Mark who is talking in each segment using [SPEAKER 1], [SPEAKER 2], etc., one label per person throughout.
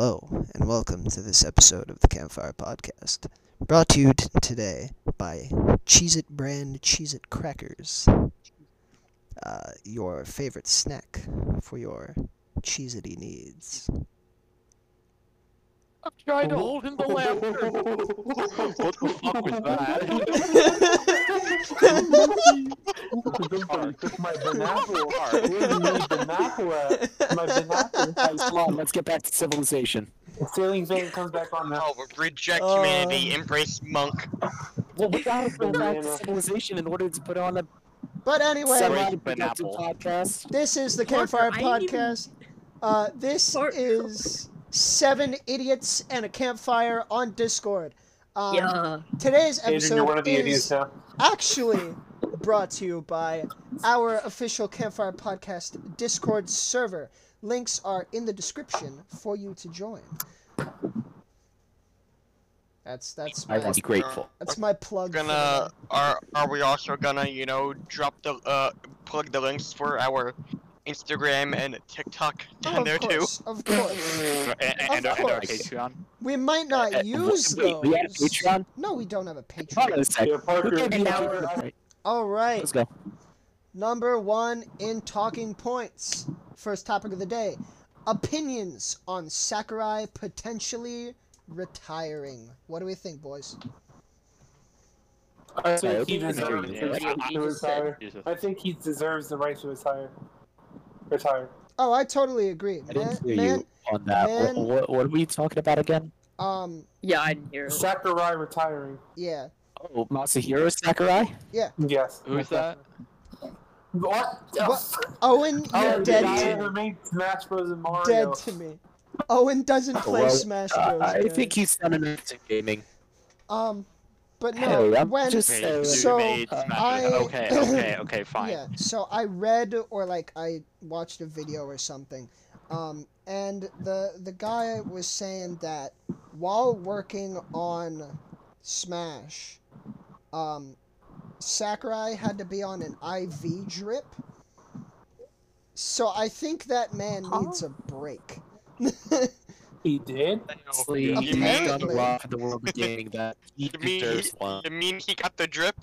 [SPEAKER 1] Hello, and welcome to this episode of the Campfire Podcast, brought to you t- today by Cheez It brand Cheez It crackers, uh, your favorite snack for your Cheez Ity needs.
[SPEAKER 2] I'm trying to hold in the laughter. what the fuck was that?
[SPEAKER 3] took my binocular. Where's my binocular? My binocular. I
[SPEAKER 4] Come on, let's get back to civilization.
[SPEAKER 3] Sailing van comes back on uh, now.
[SPEAKER 5] Oh, reject
[SPEAKER 1] Um,
[SPEAKER 5] humanity, embrace monk.
[SPEAKER 4] Well, we gotta go back to civilization in order to put on a
[SPEAKER 1] But anyway,
[SPEAKER 5] Sorry.
[SPEAKER 4] semi-productive
[SPEAKER 5] pineapple.
[SPEAKER 4] podcast.
[SPEAKER 1] this is the
[SPEAKER 6] Parker,
[SPEAKER 1] Campfire
[SPEAKER 6] I ain't even-
[SPEAKER 1] Podcast. Uh, this
[SPEAKER 6] Parker.
[SPEAKER 1] is Seven Idiots and a Campfire on Discord. Um,
[SPEAKER 6] Yeah.
[SPEAKER 1] Today's
[SPEAKER 3] Adrian, you're
[SPEAKER 1] episode
[SPEAKER 3] one of the idiots
[SPEAKER 1] is
[SPEAKER 3] now.
[SPEAKER 1] actually brought to you by our official Campfire Podcast Discord server. Links are in the description for you to join. That's that's my,
[SPEAKER 5] grateful.
[SPEAKER 1] that's my plug. for
[SPEAKER 5] Gonna are are we also gonna you know drop the uh plug the links for our Instagram and TikTok
[SPEAKER 1] the-
[SPEAKER 5] down
[SPEAKER 1] Oh, of
[SPEAKER 5] there too?
[SPEAKER 1] course, Of course.
[SPEAKER 2] and,
[SPEAKER 1] and our- and our course. We might
[SPEAKER 4] Uh,
[SPEAKER 1] not use
[SPEAKER 4] wait,
[SPEAKER 1] those.
[SPEAKER 4] we had a Patreon?
[SPEAKER 1] No, we don't have a
[SPEAKER 4] Hold
[SPEAKER 1] Patreon.
[SPEAKER 4] on a sec.
[SPEAKER 3] Yeah, Parker.
[SPEAKER 4] Look at
[SPEAKER 3] you-
[SPEAKER 4] now. Alright,
[SPEAKER 1] All right.
[SPEAKER 4] Let's go.
[SPEAKER 1] Number one in talking points. First topic of the day opinions on Sakurai potentially retiring. What do we think, boys?
[SPEAKER 3] I
[SPEAKER 4] Sorry,
[SPEAKER 3] think he
[SPEAKER 4] open
[SPEAKER 3] deserves
[SPEAKER 4] Adrian,
[SPEAKER 3] the
[SPEAKER 4] yeah.
[SPEAKER 3] right to retire. I think he deserves the right to retire. Retire.
[SPEAKER 1] Oh, I totally agree. Man,
[SPEAKER 4] I didn't hear
[SPEAKER 1] man,
[SPEAKER 4] you on that.
[SPEAKER 1] man.
[SPEAKER 4] What, what, what are we talking about again?
[SPEAKER 1] um,
[SPEAKER 6] Yeah, I didn't hear it.
[SPEAKER 3] Sakurai retiring.
[SPEAKER 1] yeah,
[SPEAKER 4] Oh, Masahiro Sakurai?
[SPEAKER 3] Yes.
[SPEAKER 2] Who's that?
[SPEAKER 3] What?
[SPEAKER 1] What? Owen, you're
[SPEAKER 3] Oh,
[SPEAKER 1] dead
[SPEAKER 3] the guy
[SPEAKER 1] to
[SPEAKER 3] who
[SPEAKER 1] me.
[SPEAKER 3] made Smash Bros. and Mario.
[SPEAKER 1] Dead to me. Owen doesn't play
[SPEAKER 4] well,
[SPEAKER 1] Smash
[SPEAKER 4] Uh,
[SPEAKER 1] Bros.
[SPEAKER 4] I
[SPEAKER 1] guys.
[SPEAKER 4] think he's done enough to gaming.
[SPEAKER 1] Um, but no,
[SPEAKER 4] Hey, I'm
[SPEAKER 1] when
[SPEAKER 4] just
[SPEAKER 5] Hey,
[SPEAKER 4] saying.
[SPEAKER 1] So,
[SPEAKER 5] made
[SPEAKER 4] uh,
[SPEAKER 5] smash it.
[SPEAKER 1] I-
[SPEAKER 5] Okay, okay, okay, fine.
[SPEAKER 1] Yeah, so I read or like I watched a video or something. Um, and the the guy was saying that while working on Smash, um, Sakurai had to be on an IV drip. So I think that man needs a break.
[SPEAKER 3] He did?
[SPEAKER 4] Honestly,
[SPEAKER 5] You
[SPEAKER 4] he's
[SPEAKER 5] mean-
[SPEAKER 4] done a lot for the world of gaming that he
[SPEAKER 5] You mean,
[SPEAKER 4] deserves one.
[SPEAKER 5] you mean he got the drip?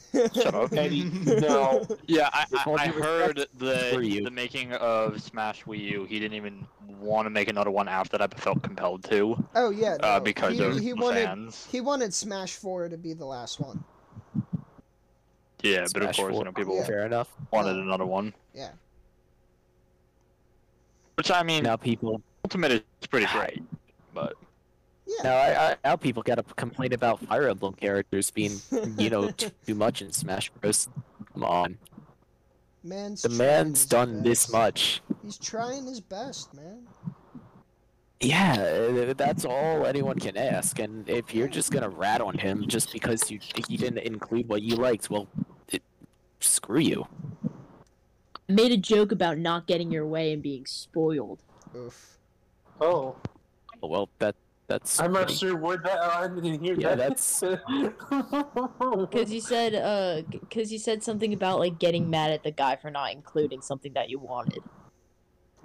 [SPEAKER 3] Eddie, no.
[SPEAKER 2] Yeah, I,
[SPEAKER 4] With all
[SPEAKER 2] I, I
[SPEAKER 4] due
[SPEAKER 2] heard
[SPEAKER 4] respect for
[SPEAKER 2] the
[SPEAKER 4] you.
[SPEAKER 2] the making of Smash Wii U. He didn't even want to make another one after that, but felt compelled to
[SPEAKER 1] oh yeah,
[SPEAKER 2] uh,
[SPEAKER 1] no,
[SPEAKER 2] because
[SPEAKER 1] he,
[SPEAKER 2] of
[SPEAKER 1] he
[SPEAKER 2] the
[SPEAKER 1] wanted
[SPEAKER 2] fans.
[SPEAKER 1] he wanted Smash Four to be the last one.
[SPEAKER 2] Yeah, but of
[SPEAKER 4] Smash
[SPEAKER 2] course,
[SPEAKER 4] four.
[SPEAKER 2] you know, people
[SPEAKER 4] Fair enough.
[SPEAKER 2] wanted another one.
[SPEAKER 1] Yeah.
[SPEAKER 2] Which I mean,
[SPEAKER 4] Now people
[SPEAKER 2] Ultimate is pretty great, but
[SPEAKER 1] Yeah,
[SPEAKER 4] Now, I, I, now people gotta complain about Fire Emblem characters being, you know, t- too much in Smash Bros. Come on,
[SPEAKER 1] man's
[SPEAKER 4] the
[SPEAKER 1] trying
[SPEAKER 4] man's
[SPEAKER 1] his
[SPEAKER 4] done this
[SPEAKER 1] best.
[SPEAKER 4] much.
[SPEAKER 1] He's trying his best, man.
[SPEAKER 4] Yeah, uh, that's all anyone can ask. And if you're just gonna rat on him just because you you didn't include what you liked, well, it, screw you.
[SPEAKER 6] Made a joke about not getting your way and being spoiled.
[SPEAKER 1] Oof.
[SPEAKER 3] Oh.
[SPEAKER 4] Oh, Well, that that's.
[SPEAKER 3] I'm not
[SPEAKER 4] pretty-
[SPEAKER 3] sure where that. I didn't hear
[SPEAKER 4] Yeah,
[SPEAKER 3] that.
[SPEAKER 4] that's-
[SPEAKER 6] Because you said, uh, because you said something about like getting mad at the guy for not including something that you wanted.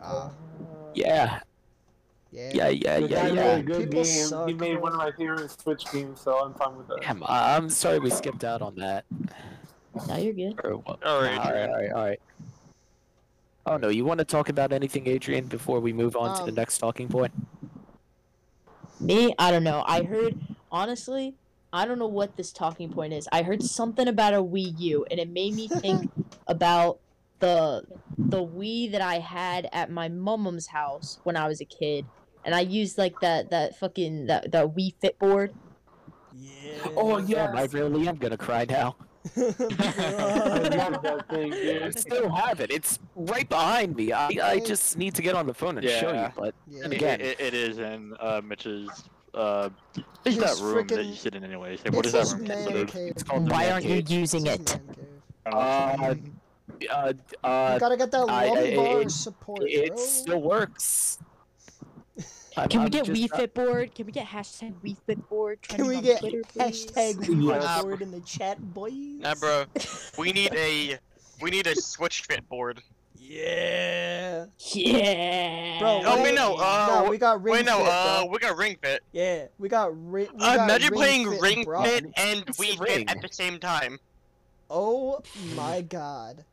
[SPEAKER 1] Ah,
[SPEAKER 4] Yeah,
[SPEAKER 1] yeah.
[SPEAKER 4] yeah, yeah,
[SPEAKER 3] The
[SPEAKER 4] yeah,
[SPEAKER 3] guy made
[SPEAKER 4] yeah.
[SPEAKER 3] a good
[SPEAKER 1] People
[SPEAKER 3] game.
[SPEAKER 1] suck.
[SPEAKER 3] He made one of my favorite Switch games, so I'm fine with that.
[SPEAKER 4] Damn, I- I'm sorry we skipped out on that.
[SPEAKER 6] Now you're good.
[SPEAKER 4] Or what?
[SPEAKER 5] All
[SPEAKER 4] All right, all
[SPEAKER 5] right.
[SPEAKER 4] right, all right. Oh no, you want to talk about anything, Adrian, before we move on to
[SPEAKER 1] Um,
[SPEAKER 4] the next talking point?
[SPEAKER 6] Me, I don't know. I heard honestly, I don't know what this talking point is. I heard something about a Wii U, and it made me think about the the Wii that I had at my mum's house when I was a kid, and I used like that that fucking that that Wii Fit board.
[SPEAKER 3] Oh yeah,
[SPEAKER 4] Damn, I really am gonna cry now.
[SPEAKER 3] I love that thing,
[SPEAKER 4] I
[SPEAKER 3] dude.
[SPEAKER 4] still have it. It's right behind me. I, I just need to get on the phone and show you.
[SPEAKER 2] Yeah.
[SPEAKER 4] But
[SPEAKER 1] yeah.
[SPEAKER 4] And
[SPEAKER 2] It-
[SPEAKER 4] again-
[SPEAKER 2] it, it is in uh, Mitch's. Uh, is
[SPEAKER 1] His
[SPEAKER 2] that room that
[SPEAKER 1] frickin-
[SPEAKER 2] you sit in, anyways? Like, what is
[SPEAKER 1] It's his
[SPEAKER 2] that room
[SPEAKER 1] man
[SPEAKER 2] considered?
[SPEAKER 1] cave.
[SPEAKER 4] it's called. the
[SPEAKER 6] Why
[SPEAKER 4] Man
[SPEAKER 6] aren't you
[SPEAKER 4] Cave.
[SPEAKER 6] using
[SPEAKER 1] It's his
[SPEAKER 6] it?
[SPEAKER 1] man cave.
[SPEAKER 4] Uh, uh,
[SPEAKER 1] You
[SPEAKER 4] uh,
[SPEAKER 1] gotta get that
[SPEAKER 4] I- I-
[SPEAKER 1] lumbar
[SPEAKER 4] it-
[SPEAKER 1] support,
[SPEAKER 4] it
[SPEAKER 1] bro.
[SPEAKER 4] still works. I'm-
[SPEAKER 6] Can we
[SPEAKER 4] I'm
[SPEAKER 6] get
[SPEAKER 4] just
[SPEAKER 6] Wee
[SPEAKER 4] not-
[SPEAKER 6] Fit board? Can we get hashtag Wii Fit board?
[SPEAKER 1] Can
[SPEAKER 6] trending
[SPEAKER 1] we
[SPEAKER 6] on
[SPEAKER 1] get
[SPEAKER 6] Twitter, please?
[SPEAKER 1] hashtag
[SPEAKER 3] Yes.
[SPEAKER 1] board in the chat, boys?
[SPEAKER 5] Nah, bro. We need a we need a switch fit board.
[SPEAKER 7] Yeah.
[SPEAKER 6] Yeah.
[SPEAKER 1] Bro,
[SPEAKER 5] Oh
[SPEAKER 1] wait,
[SPEAKER 5] wait, no. Uh,
[SPEAKER 1] no, we got Ring
[SPEAKER 5] wait, no.
[SPEAKER 1] Fit,
[SPEAKER 5] Uh,
[SPEAKER 1] bro.
[SPEAKER 5] we got Ring Fit.
[SPEAKER 1] Yeah, we got Ring. We
[SPEAKER 5] Uh,
[SPEAKER 1] got
[SPEAKER 5] imagine
[SPEAKER 1] Ring
[SPEAKER 5] playing
[SPEAKER 1] Fit,
[SPEAKER 5] Ring
[SPEAKER 1] bro.
[SPEAKER 5] Fit and
[SPEAKER 4] It's
[SPEAKER 5] Wii
[SPEAKER 4] the
[SPEAKER 5] Fit
[SPEAKER 4] ring.
[SPEAKER 5] at the same time.
[SPEAKER 1] Oh my god,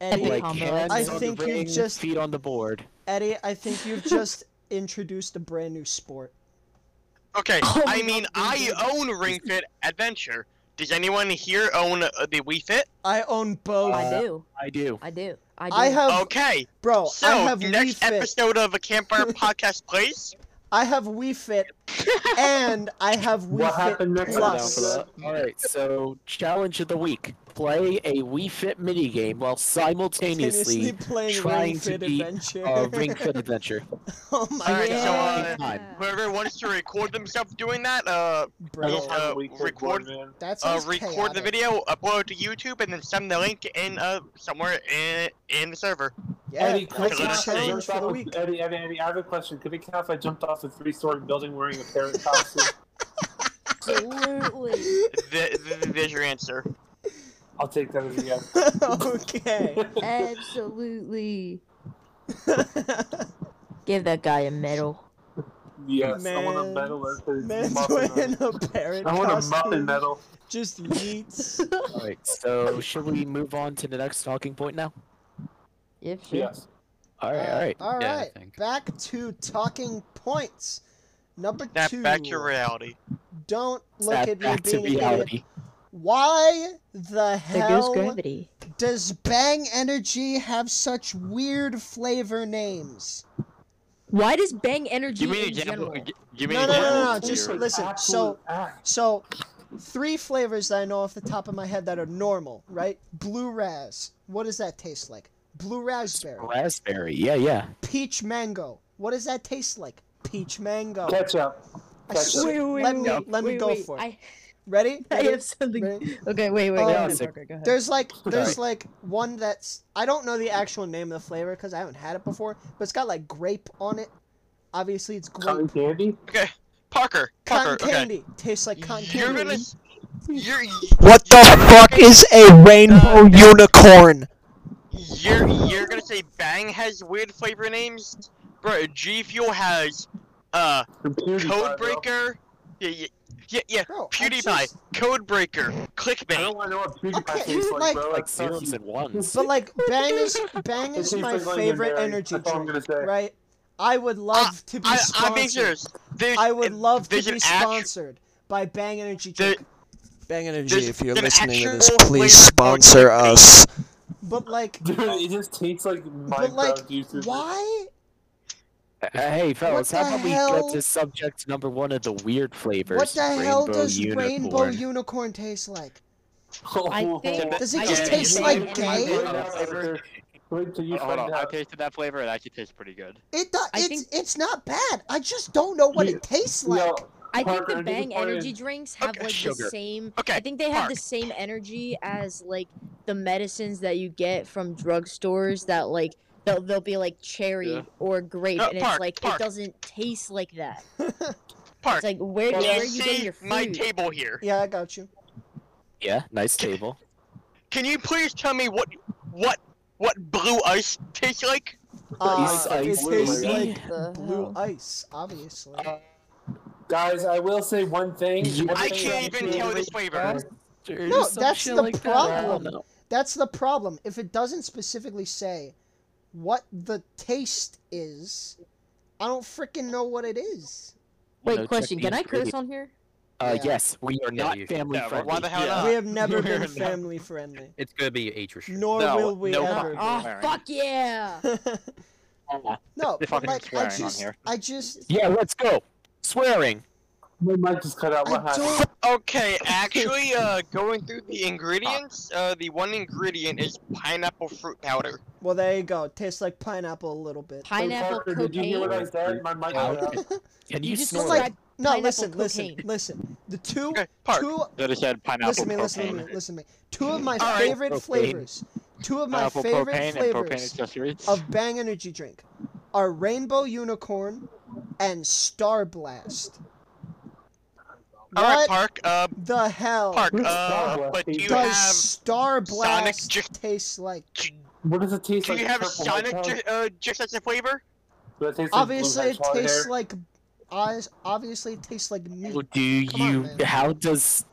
[SPEAKER 6] Epic
[SPEAKER 1] Eddie,
[SPEAKER 4] like
[SPEAKER 6] combo.
[SPEAKER 4] hands
[SPEAKER 6] I
[SPEAKER 4] on
[SPEAKER 1] think
[SPEAKER 4] the
[SPEAKER 1] you
[SPEAKER 4] ring,
[SPEAKER 1] just-
[SPEAKER 4] feet on the board.
[SPEAKER 1] Eddie, I think you've just introduced a brand new sport.
[SPEAKER 5] Okay,
[SPEAKER 6] Oh my
[SPEAKER 5] I
[SPEAKER 6] God,
[SPEAKER 5] mean,
[SPEAKER 6] Ring
[SPEAKER 5] I
[SPEAKER 6] Fit.
[SPEAKER 5] own Ring Fit Adventure. Does anyone here own uh, the Wii Fit?
[SPEAKER 1] I own both.
[SPEAKER 6] I do.
[SPEAKER 4] I do.
[SPEAKER 6] I do. I do.
[SPEAKER 1] I have,
[SPEAKER 5] Okay,
[SPEAKER 1] bro.
[SPEAKER 5] so
[SPEAKER 1] Oh, I have Wii
[SPEAKER 5] next
[SPEAKER 1] Fit.
[SPEAKER 5] episode of a Campfire Podcast, please.
[SPEAKER 1] I have Wii Fit, and I have Wii
[SPEAKER 3] what
[SPEAKER 1] Fit
[SPEAKER 3] happened next?
[SPEAKER 1] Plus.
[SPEAKER 3] Down for that.
[SPEAKER 1] Mm.
[SPEAKER 4] All right, so challenge of the week: play a Wii Fit mini game while simultaneously
[SPEAKER 1] playing
[SPEAKER 4] trying
[SPEAKER 1] Ring
[SPEAKER 4] to
[SPEAKER 1] Fit
[SPEAKER 4] beat,
[SPEAKER 1] Adventure.
[SPEAKER 4] uh, Ring Fit Adventure.
[SPEAKER 1] oh my
[SPEAKER 5] Alright, so,
[SPEAKER 1] god,
[SPEAKER 5] uh,
[SPEAKER 4] Time.
[SPEAKER 5] Whoever wants to record themselves doing that, uh,
[SPEAKER 3] I
[SPEAKER 1] bro.
[SPEAKER 3] don't have
[SPEAKER 5] Uh,
[SPEAKER 3] a weekly
[SPEAKER 5] record-
[SPEAKER 3] board, man.
[SPEAKER 1] That
[SPEAKER 5] uh
[SPEAKER 1] sounds
[SPEAKER 5] record the
[SPEAKER 1] chaotic.
[SPEAKER 5] video, upload it to YouTube, and then send the link in uh somewhere in in the server.
[SPEAKER 1] Yeah,
[SPEAKER 3] Eddie, could
[SPEAKER 1] that's
[SPEAKER 5] it
[SPEAKER 1] the
[SPEAKER 5] count
[SPEAKER 3] I
[SPEAKER 5] as a
[SPEAKER 1] challenge
[SPEAKER 3] jumped
[SPEAKER 1] for
[SPEAKER 3] off
[SPEAKER 1] the
[SPEAKER 3] a-
[SPEAKER 1] week.
[SPEAKER 3] Eddie, Eddie, Eddie, I have a question. Could it count if I jumped off a three-story building wearing a pair of costume?
[SPEAKER 6] Absolutely.
[SPEAKER 5] Th- th- there's your answer.
[SPEAKER 3] I'll take that as a yes.
[SPEAKER 1] okay.
[SPEAKER 6] Absolutely. Give that guy a medal.
[SPEAKER 3] yes, I want a
[SPEAKER 1] Man's-
[SPEAKER 3] medal. as his
[SPEAKER 1] Man's
[SPEAKER 3] muffin.
[SPEAKER 1] wearing a parrot
[SPEAKER 3] I want a
[SPEAKER 1] costume.
[SPEAKER 3] muffin medal.
[SPEAKER 1] Just yeets.
[SPEAKER 4] All right, so should we move on to the next talking point now?
[SPEAKER 6] If sure.
[SPEAKER 3] Yes.
[SPEAKER 4] All right, all right.
[SPEAKER 1] all
[SPEAKER 8] Yeah, I
[SPEAKER 1] right.
[SPEAKER 8] think.
[SPEAKER 1] Back to talking points. Number
[SPEAKER 5] Snap
[SPEAKER 1] two.
[SPEAKER 5] back to reality.
[SPEAKER 1] Don't look
[SPEAKER 4] Snap
[SPEAKER 1] at me
[SPEAKER 4] back to
[SPEAKER 1] being an idiot.
[SPEAKER 4] reality.
[SPEAKER 1] Why the
[SPEAKER 6] There goes
[SPEAKER 1] hell
[SPEAKER 6] gravity.
[SPEAKER 1] does Bang Energy have such weird flavor names?
[SPEAKER 6] Why does Bang Energy
[SPEAKER 2] Give me an
[SPEAKER 6] in
[SPEAKER 2] example.
[SPEAKER 6] general?
[SPEAKER 2] g- Give me
[SPEAKER 1] No,
[SPEAKER 2] an
[SPEAKER 1] no, no,
[SPEAKER 2] example.
[SPEAKER 1] no,
[SPEAKER 2] of
[SPEAKER 1] just
[SPEAKER 2] your-
[SPEAKER 1] listen, so-
[SPEAKER 3] Absolute ass.
[SPEAKER 1] So, three flavors that I know off the top of my head that are normal, right? Blue Raz. What does that taste like? Blue raspberry.
[SPEAKER 4] Raspberry, yeah, yeah.
[SPEAKER 1] Peach mango. What does that taste like? Peach mango.
[SPEAKER 3] Ketchup.
[SPEAKER 1] I
[SPEAKER 3] Ketchup.
[SPEAKER 1] swear- let me let me go for it.
[SPEAKER 6] I,
[SPEAKER 1] Ready?
[SPEAKER 6] I
[SPEAKER 1] Ready?
[SPEAKER 6] have something.
[SPEAKER 1] Ready?
[SPEAKER 6] Okay, wait, wait,
[SPEAKER 1] Um,
[SPEAKER 6] wait.
[SPEAKER 1] Yeah,
[SPEAKER 6] wait,
[SPEAKER 4] so-
[SPEAKER 6] Parker, go ahead.
[SPEAKER 1] There's like there's like one that's I don't know the actual name of the flavor because I haven't had it before, but it's got like grape on it. Obviously, it's
[SPEAKER 3] Cotton
[SPEAKER 1] grape.
[SPEAKER 3] candy.
[SPEAKER 5] Parker, Parker,
[SPEAKER 1] Cotton
[SPEAKER 5] okay.
[SPEAKER 1] candy tastes like cotton
[SPEAKER 5] You're
[SPEAKER 1] candy.
[SPEAKER 5] gonna. s- You're.
[SPEAKER 1] What the
[SPEAKER 5] you're-
[SPEAKER 1] fuck is a rainbow unicorn?
[SPEAKER 5] You're you're gonna say Bang has weird flavor names, bro? G Fuel has, uh, Codebreaker. Yeah, yeah, yeah, yeah.
[SPEAKER 1] Bro, I
[SPEAKER 5] PewDiePie,
[SPEAKER 1] just-
[SPEAKER 5] Codebreaker,
[SPEAKER 3] I
[SPEAKER 5] clickbait.
[SPEAKER 3] don't want to know what PewDiePie
[SPEAKER 1] Okay,
[SPEAKER 3] tastes
[SPEAKER 1] like-
[SPEAKER 3] like, bro.
[SPEAKER 4] Like
[SPEAKER 3] Like
[SPEAKER 4] zeros and ones.
[SPEAKER 1] But like Bang is Bang
[SPEAKER 3] It
[SPEAKER 1] is
[SPEAKER 3] tastes
[SPEAKER 1] my
[SPEAKER 3] like lemon
[SPEAKER 1] favorite
[SPEAKER 3] berry.
[SPEAKER 1] energy
[SPEAKER 3] That's all I'm
[SPEAKER 1] drink,
[SPEAKER 3] gonna say.
[SPEAKER 1] right? I would love to be
[SPEAKER 5] I, I'm being
[SPEAKER 1] sponsored.
[SPEAKER 5] serious. There's,
[SPEAKER 1] I would love to
[SPEAKER 5] there's
[SPEAKER 1] be
[SPEAKER 5] an act-
[SPEAKER 1] sponsored by Bang Energy
[SPEAKER 5] There-
[SPEAKER 1] drink.
[SPEAKER 7] Bang energy.
[SPEAKER 5] There's
[SPEAKER 7] If you're
[SPEAKER 5] an
[SPEAKER 7] listening to this,
[SPEAKER 5] actual
[SPEAKER 7] please
[SPEAKER 5] flavor code
[SPEAKER 7] sponsor
[SPEAKER 5] clickbait.
[SPEAKER 7] us.
[SPEAKER 1] But like,
[SPEAKER 3] Dude, it just tastes like
[SPEAKER 1] but
[SPEAKER 3] Minecraft
[SPEAKER 1] like,
[SPEAKER 3] YouTube.
[SPEAKER 1] why?
[SPEAKER 4] Uh, hey, fellas,
[SPEAKER 1] What
[SPEAKER 4] how
[SPEAKER 1] the
[SPEAKER 4] about we
[SPEAKER 1] hell-
[SPEAKER 4] get to subject number one of the weird flavors?
[SPEAKER 1] What the hell does rainbow
[SPEAKER 4] unicorn.
[SPEAKER 1] unicorn taste like?
[SPEAKER 6] I think-
[SPEAKER 1] Does it
[SPEAKER 6] I
[SPEAKER 1] just
[SPEAKER 6] think-
[SPEAKER 1] taste like
[SPEAKER 5] I
[SPEAKER 1] gay?
[SPEAKER 5] think-
[SPEAKER 3] Wait till you
[SPEAKER 2] Oh, hold
[SPEAKER 3] find
[SPEAKER 2] on. I
[SPEAKER 3] out.
[SPEAKER 2] tasted that flavor. It actually tastes pretty good.
[SPEAKER 1] It do-
[SPEAKER 6] I
[SPEAKER 1] it's
[SPEAKER 6] think-
[SPEAKER 1] it's not bad. I just don't know what
[SPEAKER 3] You-
[SPEAKER 1] it tastes like.
[SPEAKER 3] Yo,
[SPEAKER 6] I think
[SPEAKER 3] Parker,
[SPEAKER 6] the
[SPEAKER 3] just
[SPEAKER 6] Bang
[SPEAKER 3] point
[SPEAKER 6] energy
[SPEAKER 3] in.
[SPEAKER 6] drinks have
[SPEAKER 5] Okay,
[SPEAKER 6] like
[SPEAKER 4] sugar.
[SPEAKER 6] the same.
[SPEAKER 5] Okay,
[SPEAKER 6] I think they have
[SPEAKER 5] Park.
[SPEAKER 6] the same energy as like the medicines that you get from drugstores that like they'll they'll be like cherry
[SPEAKER 2] Yeah.
[SPEAKER 6] or grape,
[SPEAKER 5] No,
[SPEAKER 6] and
[SPEAKER 5] Park,
[SPEAKER 6] it's like
[SPEAKER 5] Park.
[SPEAKER 6] it doesn't taste like that.
[SPEAKER 5] Park.
[SPEAKER 6] It's like where
[SPEAKER 5] you
[SPEAKER 6] where you get
[SPEAKER 5] see
[SPEAKER 6] your
[SPEAKER 5] my
[SPEAKER 6] food?
[SPEAKER 5] table here.
[SPEAKER 1] Yeah, I got you.
[SPEAKER 4] Yeah, nice table.
[SPEAKER 5] Can you please tell me what what what blue ice tastes like?
[SPEAKER 1] Uh,
[SPEAKER 4] ice
[SPEAKER 1] it
[SPEAKER 4] blue,
[SPEAKER 1] tastes
[SPEAKER 4] right?
[SPEAKER 1] like
[SPEAKER 6] The
[SPEAKER 1] blue
[SPEAKER 6] hell?
[SPEAKER 1] ice, obviously.
[SPEAKER 3] Guys, I will say one thing.
[SPEAKER 4] You-
[SPEAKER 3] One
[SPEAKER 5] I
[SPEAKER 3] thing
[SPEAKER 5] can't
[SPEAKER 3] that
[SPEAKER 5] even
[SPEAKER 3] I
[SPEAKER 5] tell
[SPEAKER 3] really
[SPEAKER 5] this flavor.
[SPEAKER 1] No, that's the problem.
[SPEAKER 4] Uh,
[SPEAKER 1] That's the problem. If it doesn't specifically say what the taste is, I don't freaking know what it is.
[SPEAKER 6] Wait, question. Can I curse on here?
[SPEAKER 4] Uh,
[SPEAKER 1] Yeah.
[SPEAKER 4] yes, we are
[SPEAKER 8] Yeah,
[SPEAKER 4] not
[SPEAKER 8] you-
[SPEAKER 4] family
[SPEAKER 2] yeah,
[SPEAKER 4] friendly.
[SPEAKER 5] Why the hell
[SPEAKER 2] Yeah.
[SPEAKER 5] not?
[SPEAKER 1] we have never been
[SPEAKER 2] not.
[SPEAKER 1] family friendly,
[SPEAKER 8] It's gonna be age restriction.
[SPEAKER 1] nor
[SPEAKER 2] No,
[SPEAKER 1] will we
[SPEAKER 2] no,
[SPEAKER 1] ever.
[SPEAKER 6] Oh
[SPEAKER 2] Alright.
[SPEAKER 6] fuck yeah!
[SPEAKER 1] be. no,
[SPEAKER 2] They
[SPEAKER 1] but
[SPEAKER 2] fucking
[SPEAKER 1] like I
[SPEAKER 2] swearing on
[SPEAKER 1] just,
[SPEAKER 2] here.
[SPEAKER 1] I just,
[SPEAKER 4] Yeah, let's go. Swearing.
[SPEAKER 3] My mic just cut out. What
[SPEAKER 1] I
[SPEAKER 3] happened?
[SPEAKER 1] don't.
[SPEAKER 5] Okay, actually, uh, going through the ingredients, uh, the one ingredient is pineapple fruit powder.
[SPEAKER 1] Well, there you go. Tastes like pineapple a little bit.
[SPEAKER 3] Hey,
[SPEAKER 6] Pineapple
[SPEAKER 3] Parker, did you hear what
[SPEAKER 6] cocaine.
[SPEAKER 3] I said? My mic cut out.
[SPEAKER 4] Can
[SPEAKER 6] You
[SPEAKER 4] you,
[SPEAKER 6] just
[SPEAKER 4] snort?
[SPEAKER 1] like-
[SPEAKER 6] described
[SPEAKER 1] No,
[SPEAKER 6] pineapple
[SPEAKER 1] listen, listen,
[SPEAKER 6] cocaine.
[SPEAKER 1] listen. The two,
[SPEAKER 5] Okay, Park.
[SPEAKER 1] two
[SPEAKER 2] Should have said pineapple
[SPEAKER 1] listen to me, listen to
[SPEAKER 2] propane.
[SPEAKER 1] me, listen to me. Two of my
[SPEAKER 5] Alright.
[SPEAKER 1] favorite
[SPEAKER 4] Propane.
[SPEAKER 1] flavors, two of my
[SPEAKER 2] pineapple
[SPEAKER 1] favorite
[SPEAKER 2] propane and propane
[SPEAKER 1] flavors
[SPEAKER 2] accessories.
[SPEAKER 1] of Bang Energy Drink are Rainbow Unicorn and Star Blast.
[SPEAKER 5] All right,
[SPEAKER 1] What
[SPEAKER 5] Park. Uh,
[SPEAKER 1] the hell
[SPEAKER 5] Park.
[SPEAKER 3] Who's
[SPEAKER 5] Uh,
[SPEAKER 3] Starblast?
[SPEAKER 5] but do you
[SPEAKER 3] Does
[SPEAKER 1] does
[SPEAKER 5] have
[SPEAKER 1] Star Blast
[SPEAKER 5] Chick-
[SPEAKER 1] taste like?
[SPEAKER 5] j-
[SPEAKER 3] What does it taste
[SPEAKER 5] Do
[SPEAKER 3] like?
[SPEAKER 5] you have
[SPEAKER 3] purple
[SPEAKER 5] Sonic
[SPEAKER 3] hedgehog?
[SPEAKER 5] ju- uh, just as a flavor?
[SPEAKER 3] Does it taste like blue
[SPEAKER 1] Obviously, it
[SPEAKER 3] hedgehog
[SPEAKER 1] tastes
[SPEAKER 3] hair?
[SPEAKER 1] like. eyes. Obviously, it tastes like meat.
[SPEAKER 4] Well, do
[SPEAKER 1] Come on,
[SPEAKER 4] you?
[SPEAKER 1] man.
[SPEAKER 4] how does?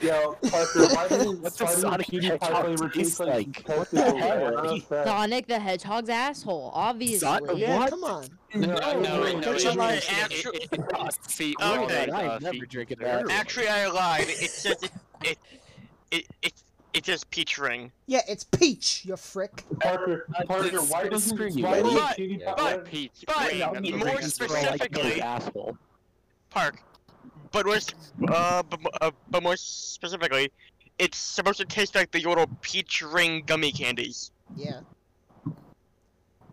[SPEAKER 3] Yo, Parker, why didn't
[SPEAKER 4] What's
[SPEAKER 3] why
[SPEAKER 4] the Sonic
[SPEAKER 3] didn't PewDiePie
[SPEAKER 4] Hedgehog
[SPEAKER 3] flavor
[SPEAKER 4] taste
[SPEAKER 3] taste like?
[SPEAKER 4] like?
[SPEAKER 3] purple
[SPEAKER 4] What the hell?
[SPEAKER 3] hair? I don't know.
[SPEAKER 7] Sonic the Hedgehog's asshole, obviously.
[SPEAKER 1] Yeah,
[SPEAKER 4] What?
[SPEAKER 1] come on.
[SPEAKER 4] No,
[SPEAKER 1] no,
[SPEAKER 4] it-
[SPEAKER 1] no,
[SPEAKER 4] it-
[SPEAKER 1] you're right.
[SPEAKER 4] it- it- it costs feet
[SPEAKER 5] Okay.
[SPEAKER 4] more than
[SPEAKER 2] Uh,
[SPEAKER 4] I'm never
[SPEAKER 2] feet
[SPEAKER 4] drinking
[SPEAKER 2] there.
[SPEAKER 4] that.
[SPEAKER 5] Actually, I lied. It says it. It. It. It. It says peach ring.
[SPEAKER 1] Yeah, it's peach. You frick.
[SPEAKER 3] Parker,
[SPEAKER 4] Uh,
[SPEAKER 3] Parker,
[SPEAKER 4] screw-
[SPEAKER 3] why doesn't
[SPEAKER 4] screw you,
[SPEAKER 3] why
[SPEAKER 4] Eddie.
[SPEAKER 3] didn't PewDiePie?
[SPEAKER 5] but-
[SPEAKER 3] why-
[SPEAKER 2] Pete's
[SPEAKER 5] but
[SPEAKER 2] green, that's
[SPEAKER 4] Wait,
[SPEAKER 2] the
[SPEAKER 5] more
[SPEAKER 2] biggest
[SPEAKER 4] specific-
[SPEAKER 2] problem.
[SPEAKER 5] specifically-
[SPEAKER 4] asshole.
[SPEAKER 5] Park. But was uh, but, mo- uh, but more specifically, it's supposed to taste like the little peach ring gummy candies,
[SPEAKER 1] Yeah.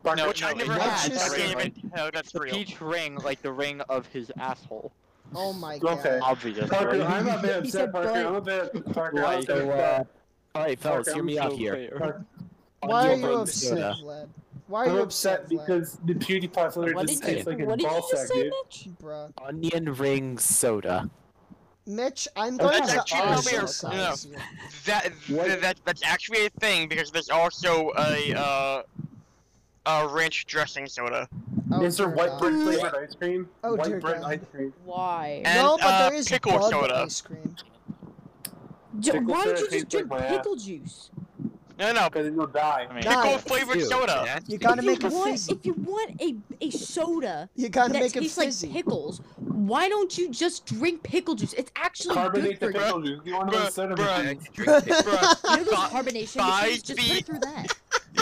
[SPEAKER 3] Parker,
[SPEAKER 5] which I
[SPEAKER 2] no,
[SPEAKER 5] never
[SPEAKER 1] it's
[SPEAKER 5] had.
[SPEAKER 1] just-
[SPEAKER 5] I can't even tell that's
[SPEAKER 2] The
[SPEAKER 5] real.
[SPEAKER 2] peach ring, like the ring of his asshole.
[SPEAKER 1] Oh my god.
[SPEAKER 3] Okay.
[SPEAKER 2] Obviously.
[SPEAKER 3] Parker, I'm a bit
[SPEAKER 7] He
[SPEAKER 3] upset,
[SPEAKER 7] said
[SPEAKER 3] Parker.
[SPEAKER 7] but-
[SPEAKER 3] I'm a bit Parker. I'm a
[SPEAKER 4] Right,
[SPEAKER 3] bit
[SPEAKER 4] so,
[SPEAKER 3] upset.
[SPEAKER 4] uh, all right, fellas,
[SPEAKER 3] Parker,
[SPEAKER 4] hear
[SPEAKER 3] I'm
[SPEAKER 4] me out here.
[SPEAKER 3] Parker,
[SPEAKER 1] Why
[SPEAKER 4] Your
[SPEAKER 1] are you
[SPEAKER 4] brain
[SPEAKER 1] upset,
[SPEAKER 4] soda.
[SPEAKER 1] Vlad? Why are
[SPEAKER 3] I'm
[SPEAKER 1] you
[SPEAKER 3] upset
[SPEAKER 1] Vlad?
[SPEAKER 3] because the PewDiePie flavor
[SPEAKER 6] What
[SPEAKER 3] just
[SPEAKER 4] did you-
[SPEAKER 3] tastes like a
[SPEAKER 6] What did you
[SPEAKER 3] ball
[SPEAKER 6] just
[SPEAKER 3] sack,
[SPEAKER 6] say,
[SPEAKER 3] dude.
[SPEAKER 6] Mitch?
[SPEAKER 1] Bruh.
[SPEAKER 4] Onion ring soda.
[SPEAKER 1] Mitch, I'm
[SPEAKER 4] Well,
[SPEAKER 1] going
[SPEAKER 5] that's
[SPEAKER 1] to
[SPEAKER 5] actually probably a-
[SPEAKER 1] ostracize you.
[SPEAKER 5] That,
[SPEAKER 3] What-
[SPEAKER 5] th- that that's actually a thing because there's also a uh, a ranch dressing soda.
[SPEAKER 1] Oh,
[SPEAKER 3] Is there
[SPEAKER 1] dear
[SPEAKER 3] white
[SPEAKER 1] God.
[SPEAKER 3] bread flavored ice cream?
[SPEAKER 1] Oh, dear
[SPEAKER 3] white bread
[SPEAKER 1] God.
[SPEAKER 3] ice cream.
[SPEAKER 7] Why?
[SPEAKER 5] And,
[SPEAKER 1] no, but
[SPEAKER 5] uh,
[SPEAKER 1] there is
[SPEAKER 5] pickle
[SPEAKER 1] bug
[SPEAKER 5] soda.
[SPEAKER 1] ice cream.
[SPEAKER 7] J-
[SPEAKER 3] Pickle
[SPEAKER 7] why don't
[SPEAKER 3] syrup
[SPEAKER 7] you just
[SPEAKER 3] tastes like
[SPEAKER 7] drink
[SPEAKER 3] my ass.
[SPEAKER 7] pickle juice?
[SPEAKER 5] No, no,
[SPEAKER 3] Because it'll die.
[SPEAKER 2] I mean,
[SPEAKER 1] Nah.
[SPEAKER 5] pickle flavored soda.
[SPEAKER 1] You gotta
[SPEAKER 7] if
[SPEAKER 1] make
[SPEAKER 7] you
[SPEAKER 1] it
[SPEAKER 7] want,
[SPEAKER 1] fizzy.
[SPEAKER 7] if you want a a soda
[SPEAKER 1] You gotta
[SPEAKER 7] that
[SPEAKER 1] make it
[SPEAKER 7] tastes like
[SPEAKER 1] fizzy.
[SPEAKER 7] pickles, why don't you just drink pickle juice? It's actually
[SPEAKER 3] Carbonate the
[SPEAKER 7] good for you.
[SPEAKER 3] pickle juice. You want to
[SPEAKER 5] Bruh,
[SPEAKER 3] those soda
[SPEAKER 5] bruh.
[SPEAKER 3] machines.
[SPEAKER 7] You know those
[SPEAKER 5] Fi-
[SPEAKER 7] carbonation
[SPEAKER 5] five
[SPEAKER 7] machines? Just put
[SPEAKER 5] feet.
[SPEAKER 7] it through that.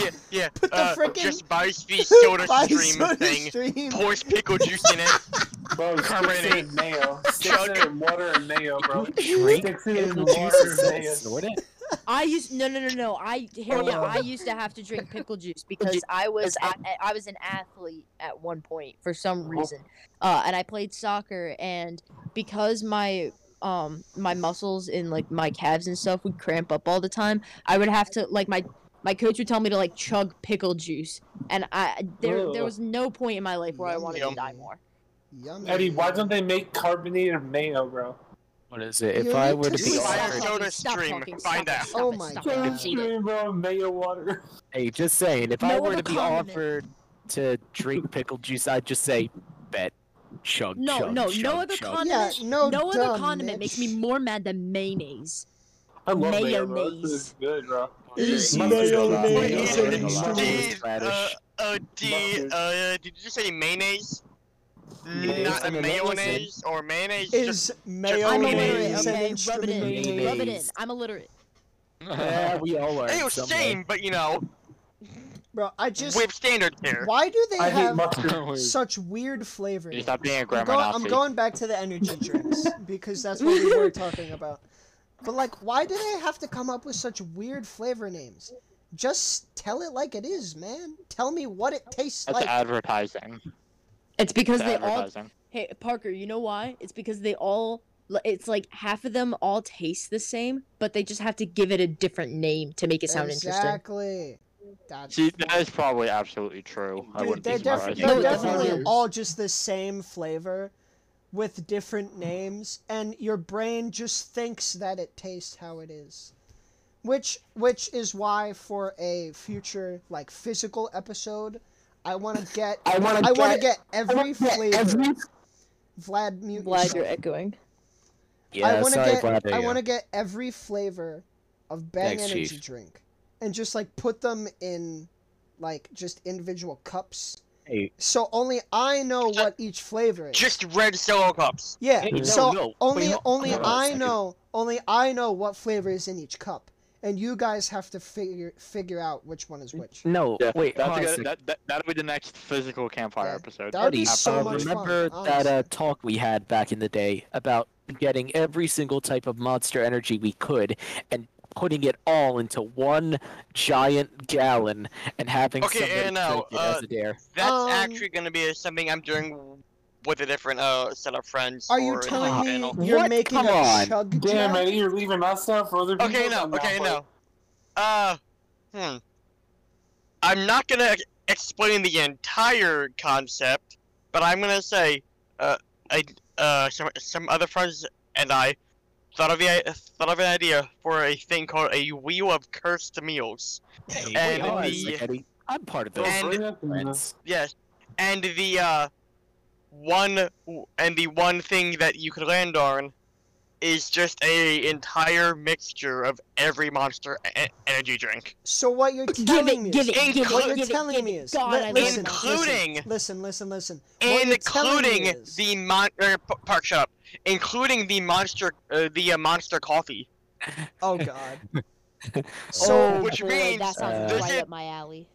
[SPEAKER 5] Yeah, yeah.
[SPEAKER 1] Put the
[SPEAKER 5] uh,
[SPEAKER 1] frickin'
[SPEAKER 5] just buys the soda
[SPEAKER 1] Buy
[SPEAKER 5] stream
[SPEAKER 1] soda
[SPEAKER 5] thing,
[SPEAKER 1] stream.
[SPEAKER 5] pours pickle juice in it.
[SPEAKER 3] Bro, sticks it in mayo. Sticks
[SPEAKER 5] Chug.
[SPEAKER 3] it in water and mayo, bro.
[SPEAKER 4] Drink
[SPEAKER 3] Sticks it in
[SPEAKER 4] pickle
[SPEAKER 3] water
[SPEAKER 4] juice
[SPEAKER 3] and
[SPEAKER 4] and
[SPEAKER 3] mayo.
[SPEAKER 4] snort it?
[SPEAKER 7] I used no no no no. I hear me. out. I used to have to drink Oh. pickle juice because I was I, I was an athlete at one point for some reason, uh, and I played soccer and because my um my muscles and like my calves and stuff would cramp up all the time, I would have to like my my coach would tell me to like chug pickle juice, and I there there
[SPEAKER 3] Ugh.
[SPEAKER 7] was no point in my life where I wanted
[SPEAKER 5] Yum.
[SPEAKER 7] to die more.
[SPEAKER 1] Yummy.
[SPEAKER 3] Eddie, why don't they make carbonated mayo, bro?
[SPEAKER 4] What is it? If
[SPEAKER 1] You
[SPEAKER 4] I
[SPEAKER 1] need
[SPEAKER 4] were to
[SPEAKER 1] to
[SPEAKER 4] be
[SPEAKER 1] stop.
[SPEAKER 4] offered,
[SPEAKER 5] Soda
[SPEAKER 7] stop
[SPEAKER 5] stream,
[SPEAKER 7] talking,
[SPEAKER 5] find
[SPEAKER 7] stop it,
[SPEAKER 5] out.
[SPEAKER 7] stop
[SPEAKER 1] Oh
[SPEAKER 7] it,
[SPEAKER 1] my
[SPEAKER 7] stop it,
[SPEAKER 1] God.
[SPEAKER 3] Soda
[SPEAKER 7] stop it.
[SPEAKER 3] stream, bro. Mayo water.
[SPEAKER 4] hey, just saying, if I
[SPEAKER 7] No
[SPEAKER 4] were
[SPEAKER 7] other
[SPEAKER 4] to be
[SPEAKER 7] condiment.
[SPEAKER 4] offered to drink pickle juice, I'd just say, bet, chug,
[SPEAKER 7] No,
[SPEAKER 4] chug,
[SPEAKER 7] no,
[SPEAKER 4] chug,
[SPEAKER 7] no other
[SPEAKER 4] chug.
[SPEAKER 7] con-
[SPEAKER 1] Yeah,
[SPEAKER 7] Condiment?
[SPEAKER 1] no,
[SPEAKER 7] no
[SPEAKER 1] duh,
[SPEAKER 7] other condiment makes me
[SPEAKER 1] Mitch.
[SPEAKER 7] more mad than mayonnaise.
[SPEAKER 3] I love mayo, bro.
[SPEAKER 7] Mayonnaise.
[SPEAKER 3] This is good, bro.
[SPEAKER 1] Is
[SPEAKER 4] Mustard
[SPEAKER 1] mayo
[SPEAKER 4] sauce,
[SPEAKER 1] mayonnaise?
[SPEAKER 4] mustard sauce,
[SPEAKER 5] Did, uh,
[SPEAKER 4] radish.
[SPEAKER 5] uh, did,
[SPEAKER 3] Mustard.
[SPEAKER 5] uh, did you say mayonnaise?
[SPEAKER 4] It is
[SPEAKER 5] Not
[SPEAKER 4] an
[SPEAKER 5] mayonnaise or mayonnaise?
[SPEAKER 1] Is mayo
[SPEAKER 5] I'm
[SPEAKER 7] illiterate,
[SPEAKER 1] mayonnaise an
[SPEAKER 7] okay? Rub it in.
[SPEAKER 1] instrument?
[SPEAKER 7] Rub it in.
[SPEAKER 4] Mayonnaise.
[SPEAKER 7] I'm illiterate.
[SPEAKER 4] Yeah, we all are.
[SPEAKER 5] Just, it
[SPEAKER 4] in
[SPEAKER 5] was
[SPEAKER 4] some
[SPEAKER 5] same, but you know,
[SPEAKER 1] Bro, I just.
[SPEAKER 5] with standard here.
[SPEAKER 1] Why do they
[SPEAKER 3] I hate
[SPEAKER 1] have
[SPEAKER 3] mustard.
[SPEAKER 1] such weird flavors?
[SPEAKER 2] You stop being a
[SPEAKER 1] I'm,
[SPEAKER 2] grammar
[SPEAKER 1] go-
[SPEAKER 2] Nazi.
[SPEAKER 1] I'm going back to the energy drinks because that's what we were talking about. But like, why do they have to come up with such weird flavor names? Just tell it like it is, man. Tell me what it tastes
[SPEAKER 2] That's
[SPEAKER 1] like.
[SPEAKER 2] advertising.
[SPEAKER 7] It's because
[SPEAKER 2] That's
[SPEAKER 7] they all.
[SPEAKER 2] advertising.
[SPEAKER 7] Hey, Parker, you know why? It's because they all. li- It's like half of them all taste the same, but they just have to give it a different name to make it sound interesting.
[SPEAKER 1] exactly. That's
[SPEAKER 2] See, that is probably absolutely true. I
[SPEAKER 1] Dude,
[SPEAKER 2] wouldn't
[SPEAKER 1] they're,
[SPEAKER 2] be
[SPEAKER 1] defi-
[SPEAKER 2] surprised.
[SPEAKER 7] No,
[SPEAKER 1] they're
[SPEAKER 7] it doesn't
[SPEAKER 1] definitely
[SPEAKER 7] matter.
[SPEAKER 1] all just the same flavor with different names, and your brain just thinks that it tastes how it is. Which which is why for a future like physical episode, I want to get
[SPEAKER 3] I want
[SPEAKER 1] I want to get every flavor. Vlad mute
[SPEAKER 7] Glad
[SPEAKER 1] yourself.
[SPEAKER 7] you're echoing.
[SPEAKER 4] Yeah,
[SPEAKER 1] I want to
[SPEAKER 4] sorry,
[SPEAKER 1] get
[SPEAKER 4] Vlad,
[SPEAKER 1] I
[SPEAKER 4] yeah.
[SPEAKER 1] want to get every flavor of Bang
[SPEAKER 4] Thanks,
[SPEAKER 1] Energy
[SPEAKER 4] Chief.
[SPEAKER 1] drink and just like put them in like just individual cups.
[SPEAKER 4] Hey.
[SPEAKER 1] So only I know
[SPEAKER 5] Ju-
[SPEAKER 1] what each flavor is.
[SPEAKER 5] Just red solo cups.
[SPEAKER 1] yeah.
[SPEAKER 4] Hey, no,
[SPEAKER 1] so
[SPEAKER 4] no,
[SPEAKER 1] only
[SPEAKER 4] wait, hold-
[SPEAKER 1] only
[SPEAKER 4] hold on a
[SPEAKER 1] I
[SPEAKER 4] second.
[SPEAKER 1] know only I know what flavor is in each cup. And you guys have to figure figure out which one is which.
[SPEAKER 4] No,
[SPEAKER 2] Yeah,
[SPEAKER 4] wait,
[SPEAKER 2] that's a
[SPEAKER 4] hold on a
[SPEAKER 2] good-
[SPEAKER 4] second.
[SPEAKER 2] that, that, that'll be the next physical campfire
[SPEAKER 1] Yeah,
[SPEAKER 2] episode.
[SPEAKER 1] that would be so
[SPEAKER 4] uh,
[SPEAKER 2] Absolutely.
[SPEAKER 1] much fun.
[SPEAKER 4] remember that uh,
[SPEAKER 1] honestly.
[SPEAKER 4] talk we had back in the day about getting every single type of monster energy we could and putting it all into one giant gallon and having
[SPEAKER 5] Okay,
[SPEAKER 4] somebody
[SPEAKER 5] and now,
[SPEAKER 4] drink it
[SPEAKER 5] uh,
[SPEAKER 4] as a dare.
[SPEAKER 5] That's
[SPEAKER 1] Um,
[SPEAKER 5] actually gonna be something I'm doing with a different uh set of friends.
[SPEAKER 1] Are you
[SPEAKER 5] or a
[SPEAKER 1] telling
[SPEAKER 5] different
[SPEAKER 1] me
[SPEAKER 5] panel.
[SPEAKER 1] you're
[SPEAKER 4] What?
[SPEAKER 1] making
[SPEAKER 4] Come
[SPEAKER 1] a
[SPEAKER 4] on.
[SPEAKER 1] chug
[SPEAKER 3] Damn,
[SPEAKER 1] jug?
[SPEAKER 3] Eddie, you're leaving us out for other people.
[SPEAKER 5] Okay, no,
[SPEAKER 3] I'm not
[SPEAKER 5] okay,
[SPEAKER 3] for
[SPEAKER 5] no. Uh, hmm. I'm not gonna ex- explain the entire concept, but I'm gonna say, uh, I, uh, some some other friends and I thought of the thought of an idea for a thing called a wheel of cursed meals.
[SPEAKER 4] Wait,
[SPEAKER 5] And
[SPEAKER 4] hold on a
[SPEAKER 5] the-
[SPEAKER 4] second, Eddie. I'm part of
[SPEAKER 3] Don't
[SPEAKER 4] those
[SPEAKER 5] And-
[SPEAKER 3] bring up the-
[SPEAKER 4] friends.
[SPEAKER 5] Yes, and the uh, one and the one thing that you could land on is just a entire mixture of every monster e- energy drink,
[SPEAKER 1] So what you're
[SPEAKER 7] Give
[SPEAKER 1] telling
[SPEAKER 7] it,
[SPEAKER 1] me
[SPEAKER 7] give it,
[SPEAKER 5] Inclu-
[SPEAKER 7] give it,
[SPEAKER 1] what
[SPEAKER 7] give
[SPEAKER 1] you're
[SPEAKER 7] it,
[SPEAKER 1] telling
[SPEAKER 7] give
[SPEAKER 1] me
[SPEAKER 7] it.
[SPEAKER 1] is-
[SPEAKER 7] God,
[SPEAKER 1] let-
[SPEAKER 7] I
[SPEAKER 1] listen,
[SPEAKER 7] love it.
[SPEAKER 5] including
[SPEAKER 1] Listen, listen, listen. What you're telling me
[SPEAKER 5] including
[SPEAKER 1] is-
[SPEAKER 5] the mon er, P- Park. Shut up, including the monster, uh, the uh, monster coffee.
[SPEAKER 1] Oh God.
[SPEAKER 7] Oh,
[SPEAKER 1] So
[SPEAKER 5] which
[SPEAKER 7] boy,
[SPEAKER 5] means
[SPEAKER 7] that sounds
[SPEAKER 4] Uh,
[SPEAKER 7] right
[SPEAKER 5] visit-
[SPEAKER 7] up my alley.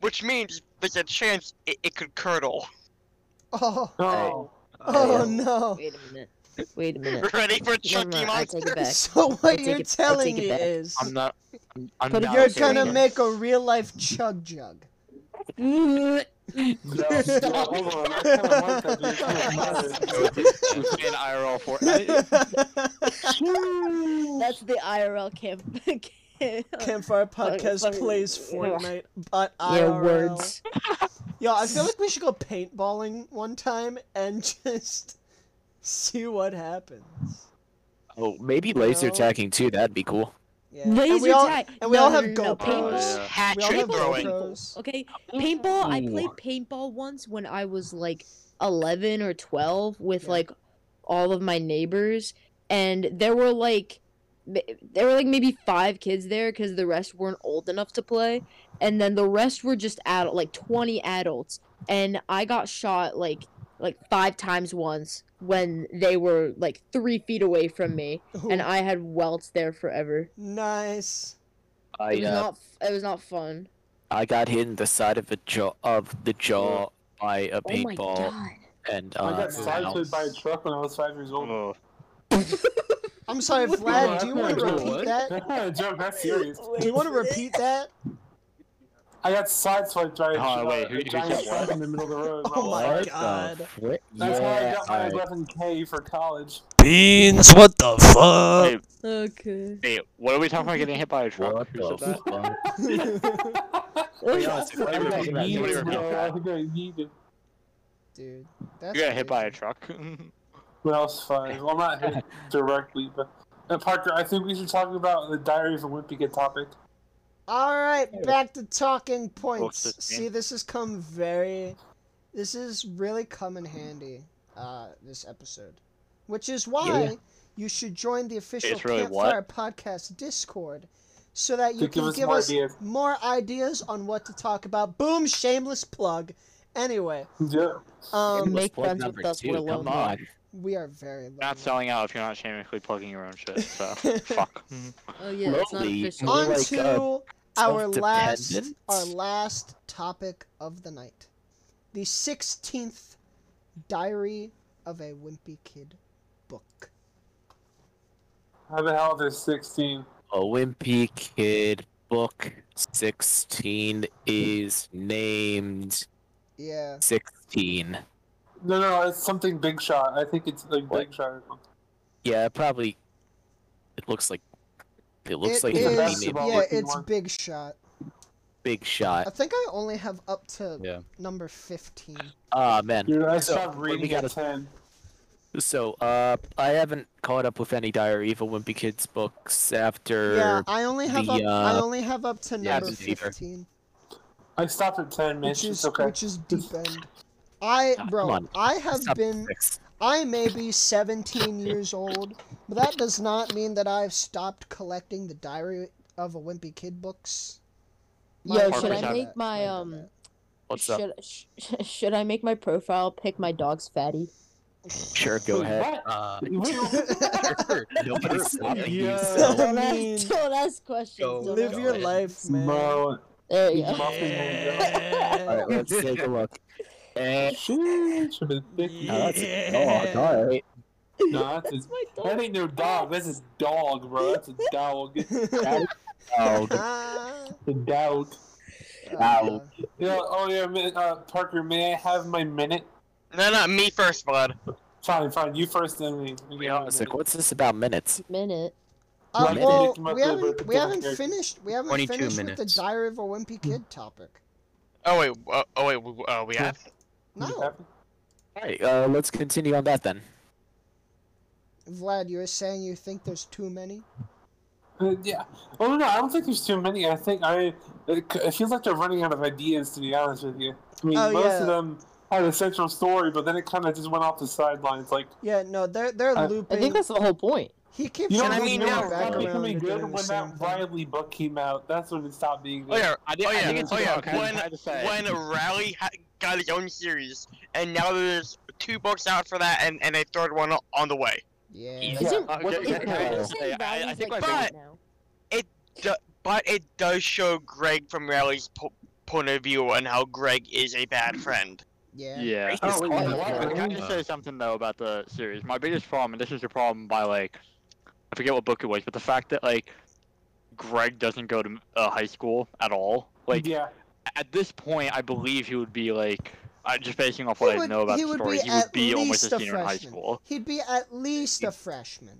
[SPEAKER 5] Which means there's a chance it, it could curdle.
[SPEAKER 1] oh,
[SPEAKER 3] No.
[SPEAKER 1] oh no.
[SPEAKER 6] Wait a minute. Wait a minute.
[SPEAKER 5] Ready for
[SPEAKER 6] Never
[SPEAKER 5] chunky
[SPEAKER 6] mind, I
[SPEAKER 5] monster?
[SPEAKER 6] take it back.
[SPEAKER 1] So
[SPEAKER 6] I
[SPEAKER 1] what
[SPEAKER 6] take
[SPEAKER 1] you're
[SPEAKER 6] it- I take
[SPEAKER 1] telling
[SPEAKER 6] it
[SPEAKER 1] me
[SPEAKER 6] back.
[SPEAKER 1] is
[SPEAKER 2] I'm not. I'm
[SPEAKER 6] But if
[SPEAKER 2] not
[SPEAKER 1] you're
[SPEAKER 2] saying
[SPEAKER 1] gonna
[SPEAKER 2] it.
[SPEAKER 1] make a real life chug jug.
[SPEAKER 3] No, no, hold on. I kind of want that. dude. Come on.
[SPEAKER 2] in IRL for I-
[SPEAKER 7] That's the IRL camp.
[SPEAKER 1] Campfire podcast
[SPEAKER 7] fucking-
[SPEAKER 1] plays Fortnite, but IRL.
[SPEAKER 6] Yeah, words.
[SPEAKER 1] Yo, I feel like we should go paintballing one time and just see what happens.
[SPEAKER 4] Oh, maybe laser tagging too. That'd be cool.
[SPEAKER 1] Yeah. and we
[SPEAKER 7] Laser
[SPEAKER 1] all,
[SPEAKER 7] tag.
[SPEAKER 1] and we
[SPEAKER 7] No,
[SPEAKER 1] all
[SPEAKER 7] no,
[SPEAKER 1] have
[SPEAKER 7] no, no,
[SPEAKER 1] GoPros.
[SPEAKER 2] Oh,
[SPEAKER 7] paintball.
[SPEAKER 2] yeah.
[SPEAKER 5] Hat
[SPEAKER 1] We all have
[SPEAKER 5] trick throwing.
[SPEAKER 1] GoPros.
[SPEAKER 7] Okay, paintball. I
[SPEAKER 4] Ooh.
[SPEAKER 7] played paintball once when I was like 11 or 12 with
[SPEAKER 1] Yeah.
[SPEAKER 7] like all of my neighbors, and there were like ma- there were like maybe five kids there because the rest weren't old enough to play, and then the rest were just adult, like 20 adults, and I got shot like like five times once when they were like three feet away from me, and
[SPEAKER 1] Ooh,
[SPEAKER 7] I had welts there forever.
[SPEAKER 1] nice.
[SPEAKER 4] I
[SPEAKER 7] It was
[SPEAKER 4] uh,
[SPEAKER 7] not. f- It was not fun.
[SPEAKER 4] I got hit in the side of the jaw of the jaw by a
[SPEAKER 7] Oh my
[SPEAKER 4] paintball,
[SPEAKER 7] god.
[SPEAKER 4] and
[SPEAKER 3] I
[SPEAKER 4] uh,
[SPEAKER 3] got
[SPEAKER 4] now-
[SPEAKER 3] sideswiped by a truck when I was five years old.
[SPEAKER 2] Oh,
[SPEAKER 1] I'm sorry,
[SPEAKER 7] What?
[SPEAKER 1] Vlad. Do you want
[SPEAKER 3] What?
[SPEAKER 1] to repeat that?
[SPEAKER 3] That's not a joke. That's serious.
[SPEAKER 1] Do you want to repeat that?
[SPEAKER 3] I got sideswiped by a,
[SPEAKER 2] Oh, wait,
[SPEAKER 3] uh,
[SPEAKER 2] who- who
[SPEAKER 3] a giant
[SPEAKER 2] said what?
[SPEAKER 3] truck in the middle of the road.
[SPEAKER 1] Oh my
[SPEAKER 4] What the
[SPEAKER 1] God.
[SPEAKER 4] frick?
[SPEAKER 3] That's
[SPEAKER 4] Yeah,
[SPEAKER 3] how I
[SPEAKER 4] I-
[SPEAKER 3] got my 11k for college.
[SPEAKER 1] Beans, what the fuck?
[SPEAKER 2] wait,
[SPEAKER 7] Okay.
[SPEAKER 2] wait, what are we talking about getting hit by a truck?
[SPEAKER 4] what
[SPEAKER 2] Who said
[SPEAKER 4] the
[SPEAKER 2] that?
[SPEAKER 4] fuck?
[SPEAKER 2] What are you
[SPEAKER 3] I
[SPEAKER 2] talking about?
[SPEAKER 3] got
[SPEAKER 2] What are you
[SPEAKER 3] yeeted,
[SPEAKER 2] talking
[SPEAKER 3] bro. I
[SPEAKER 2] about?
[SPEAKER 3] think I yeeted.
[SPEAKER 1] Dude, that's
[SPEAKER 2] You got hit by a
[SPEAKER 1] crazy.
[SPEAKER 2] truck.
[SPEAKER 3] Well, it's fine. Well, I'm not here directly, but uh, Parker, I think we should talk about the Diary of a Wimpy Kid topic.
[SPEAKER 1] All right, back to talking points.
[SPEAKER 2] this
[SPEAKER 1] See,
[SPEAKER 2] man?
[SPEAKER 1] this has come very, this is really come in handy. Uh, this episode, which is why you should join the official
[SPEAKER 2] It's really
[SPEAKER 1] Campfire
[SPEAKER 2] what?
[SPEAKER 1] Podcast Discord, so that you
[SPEAKER 3] To
[SPEAKER 1] can
[SPEAKER 3] give us
[SPEAKER 1] give
[SPEAKER 3] more
[SPEAKER 1] us
[SPEAKER 3] ideas.
[SPEAKER 1] more ideas on what to talk about. Boom, shameless plug. Anyway,
[SPEAKER 3] Yeah.
[SPEAKER 1] um,
[SPEAKER 7] Make
[SPEAKER 4] Plug
[SPEAKER 7] friends
[SPEAKER 4] number
[SPEAKER 7] with us,
[SPEAKER 4] two,
[SPEAKER 7] we're
[SPEAKER 4] Come
[SPEAKER 7] lonely.
[SPEAKER 4] on.
[SPEAKER 1] we are very lonely.
[SPEAKER 2] not selling out if you're not shamelessly plugging your own shit. So fuck. Mm-hmm.
[SPEAKER 7] Oh yeah, it's not
[SPEAKER 4] Lonely.
[SPEAKER 7] official.
[SPEAKER 4] Lonely.
[SPEAKER 1] on
[SPEAKER 4] like,
[SPEAKER 1] to
[SPEAKER 4] uh,
[SPEAKER 1] our last
[SPEAKER 4] self-dependent?
[SPEAKER 1] our last topic of the night the 16th diary of a wimpy kid book
[SPEAKER 3] How the hell there's 16?
[SPEAKER 4] A wimpy kid book 16 is named
[SPEAKER 1] yeah
[SPEAKER 4] 16.
[SPEAKER 3] No, no, it's something Big Shot. I think it's like Big
[SPEAKER 4] What?
[SPEAKER 3] Shot. or something.
[SPEAKER 4] Yeah, probably. It looks like. It looks
[SPEAKER 1] It
[SPEAKER 4] like
[SPEAKER 1] is-
[SPEAKER 4] it would be named
[SPEAKER 3] basketball
[SPEAKER 1] yeah
[SPEAKER 3] looking
[SPEAKER 1] it's
[SPEAKER 3] one.
[SPEAKER 1] big shot
[SPEAKER 4] Big Shot.
[SPEAKER 1] i think i only have up to
[SPEAKER 4] Yeah.
[SPEAKER 1] number 15
[SPEAKER 4] Ah, man.
[SPEAKER 3] Dude, I
[SPEAKER 4] So,
[SPEAKER 3] stopped
[SPEAKER 4] what we
[SPEAKER 3] reading
[SPEAKER 4] gotta-
[SPEAKER 3] at 10.
[SPEAKER 4] So, uh, I haven't caught up with any Diary of a Wimpy Kids books after.
[SPEAKER 1] yeah i only have
[SPEAKER 4] the,
[SPEAKER 1] up i
[SPEAKER 4] uh,
[SPEAKER 1] only have up to
[SPEAKER 4] yeah,
[SPEAKER 1] number
[SPEAKER 4] it's deeper.
[SPEAKER 1] 15
[SPEAKER 3] I stopped at 10, man.
[SPEAKER 1] which
[SPEAKER 3] It's
[SPEAKER 1] is
[SPEAKER 3] okay.
[SPEAKER 1] which is deep end i
[SPEAKER 4] Ah, come
[SPEAKER 1] bro
[SPEAKER 4] on.
[SPEAKER 1] i have
[SPEAKER 4] Stop
[SPEAKER 1] been
[SPEAKER 4] six.
[SPEAKER 1] I may be 17 years old, but that does not mean that I've stopped collecting the Diary of a Wimpy Kid books.
[SPEAKER 7] Yo,
[SPEAKER 2] should I
[SPEAKER 7] make my, um,
[SPEAKER 4] What's up?
[SPEAKER 7] should, sh- should I make my profile pick my dog's fatty?
[SPEAKER 4] Sure, go
[SPEAKER 3] Wait,
[SPEAKER 4] ahead.
[SPEAKER 3] what?
[SPEAKER 4] Uh,
[SPEAKER 1] that.
[SPEAKER 4] sure. Nobody's stopping you,
[SPEAKER 3] Yeah.
[SPEAKER 4] so.
[SPEAKER 1] I
[SPEAKER 7] Don't
[SPEAKER 1] mean,
[SPEAKER 7] ask, don't ask questions.
[SPEAKER 4] go-
[SPEAKER 7] don't
[SPEAKER 1] Live
[SPEAKER 7] ask
[SPEAKER 1] your
[SPEAKER 7] questions.
[SPEAKER 1] life, man.
[SPEAKER 3] Bro,
[SPEAKER 7] There you go.
[SPEAKER 3] yeah.
[SPEAKER 4] Alright, let's take a look. Eh,
[SPEAKER 3] Should be thick.
[SPEAKER 4] no, that's a dog, alright.
[SPEAKER 3] No, that's
[SPEAKER 7] That's
[SPEAKER 3] a,
[SPEAKER 7] my dog.
[SPEAKER 3] that ain't no dog. That's a dog, bro. That's a dog.
[SPEAKER 4] Oh,
[SPEAKER 1] Uh,
[SPEAKER 3] The dog.
[SPEAKER 4] Wow.
[SPEAKER 3] Yeah. Oh yeah, man, uh, Parker. May I have my minute?
[SPEAKER 5] No, no, me first, bud.
[SPEAKER 3] Fine, fine. You first, then me.
[SPEAKER 2] We are
[SPEAKER 4] Sick, what's this about minutes?
[SPEAKER 7] Minute.
[SPEAKER 1] Uh,
[SPEAKER 4] Minute.
[SPEAKER 1] well,
[SPEAKER 3] Come up
[SPEAKER 1] we
[SPEAKER 3] with a
[SPEAKER 1] haven't, we
[SPEAKER 3] particular
[SPEAKER 1] haven't
[SPEAKER 3] character.
[SPEAKER 1] finished we haven't
[SPEAKER 4] 22
[SPEAKER 1] finished with
[SPEAKER 4] minutes.
[SPEAKER 1] the Diary of a Wimpy Kid topic.
[SPEAKER 5] Oh wait, uh, oh wait, w- uh, we have.
[SPEAKER 1] No,
[SPEAKER 4] Alright, uh, let's continue on that then.
[SPEAKER 1] Vlad, you were saying you think there's too many?
[SPEAKER 3] Uh, yeah. Oh no, no, I don't think there's too many. I think I. It, c- it feels like they're running out of ideas, to be honest with you. I mean,
[SPEAKER 1] Oh,
[SPEAKER 3] most
[SPEAKER 1] yeah.
[SPEAKER 3] of them had a central story, but then it kind of just went off the sidelines. Like,
[SPEAKER 1] Yeah, no, they're they're
[SPEAKER 3] I- I
[SPEAKER 1] looping.
[SPEAKER 6] I think that's the whole point.
[SPEAKER 1] he keeps
[SPEAKER 3] you know,
[SPEAKER 5] And I
[SPEAKER 3] who's
[SPEAKER 5] mean,
[SPEAKER 3] really
[SPEAKER 5] now-
[SPEAKER 3] started
[SPEAKER 1] back around
[SPEAKER 3] becoming
[SPEAKER 1] to
[SPEAKER 3] good
[SPEAKER 1] doing the
[SPEAKER 3] when
[SPEAKER 1] same
[SPEAKER 3] that
[SPEAKER 1] thing.
[SPEAKER 3] Riley book came out. That's when it stopped being good.
[SPEAKER 5] Oh yeah,
[SPEAKER 4] I, did,
[SPEAKER 5] oh
[SPEAKER 4] I
[SPEAKER 5] yeah,
[SPEAKER 4] think it's
[SPEAKER 5] oh yeah.
[SPEAKER 4] okay.
[SPEAKER 5] When
[SPEAKER 4] I just say-
[SPEAKER 5] when Rally ha- got his own series, and now there's two books out for that, and, and a third one o- on the way.
[SPEAKER 1] Yeah.
[SPEAKER 4] Yeah.
[SPEAKER 6] Isn't-
[SPEAKER 2] Uh,
[SPEAKER 4] What-
[SPEAKER 2] Jay-
[SPEAKER 4] is-
[SPEAKER 2] Jay- Jay-
[SPEAKER 4] I
[SPEAKER 2] Jay-
[SPEAKER 4] was
[SPEAKER 2] Jay- I, I think my
[SPEAKER 5] But-
[SPEAKER 2] favorite-
[SPEAKER 6] now.
[SPEAKER 5] But it does show Greg from Rally's po- point of view and how Greg is a bad friend.
[SPEAKER 1] Yeah.
[SPEAKER 2] yeah.
[SPEAKER 4] Oh, wait,
[SPEAKER 2] Can
[SPEAKER 4] you know what?
[SPEAKER 2] I- can I just say something though about the series? My biggest problem, and this is a problem by like, I forget what book it was, but the fact that like, Greg doesn't go to uh, high school at all. Like
[SPEAKER 3] yeah.
[SPEAKER 2] at this point, I believe he would be like, I just basing off what
[SPEAKER 1] He
[SPEAKER 2] I
[SPEAKER 1] would-
[SPEAKER 2] know about
[SPEAKER 1] he
[SPEAKER 2] the
[SPEAKER 1] would
[SPEAKER 2] story,
[SPEAKER 1] be
[SPEAKER 2] he
[SPEAKER 1] at
[SPEAKER 2] would be almost
[SPEAKER 1] least
[SPEAKER 2] a
[SPEAKER 1] a
[SPEAKER 2] senior in high
[SPEAKER 1] freshman.
[SPEAKER 2] school.
[SPEAKER 1] He'd be at least a freshman.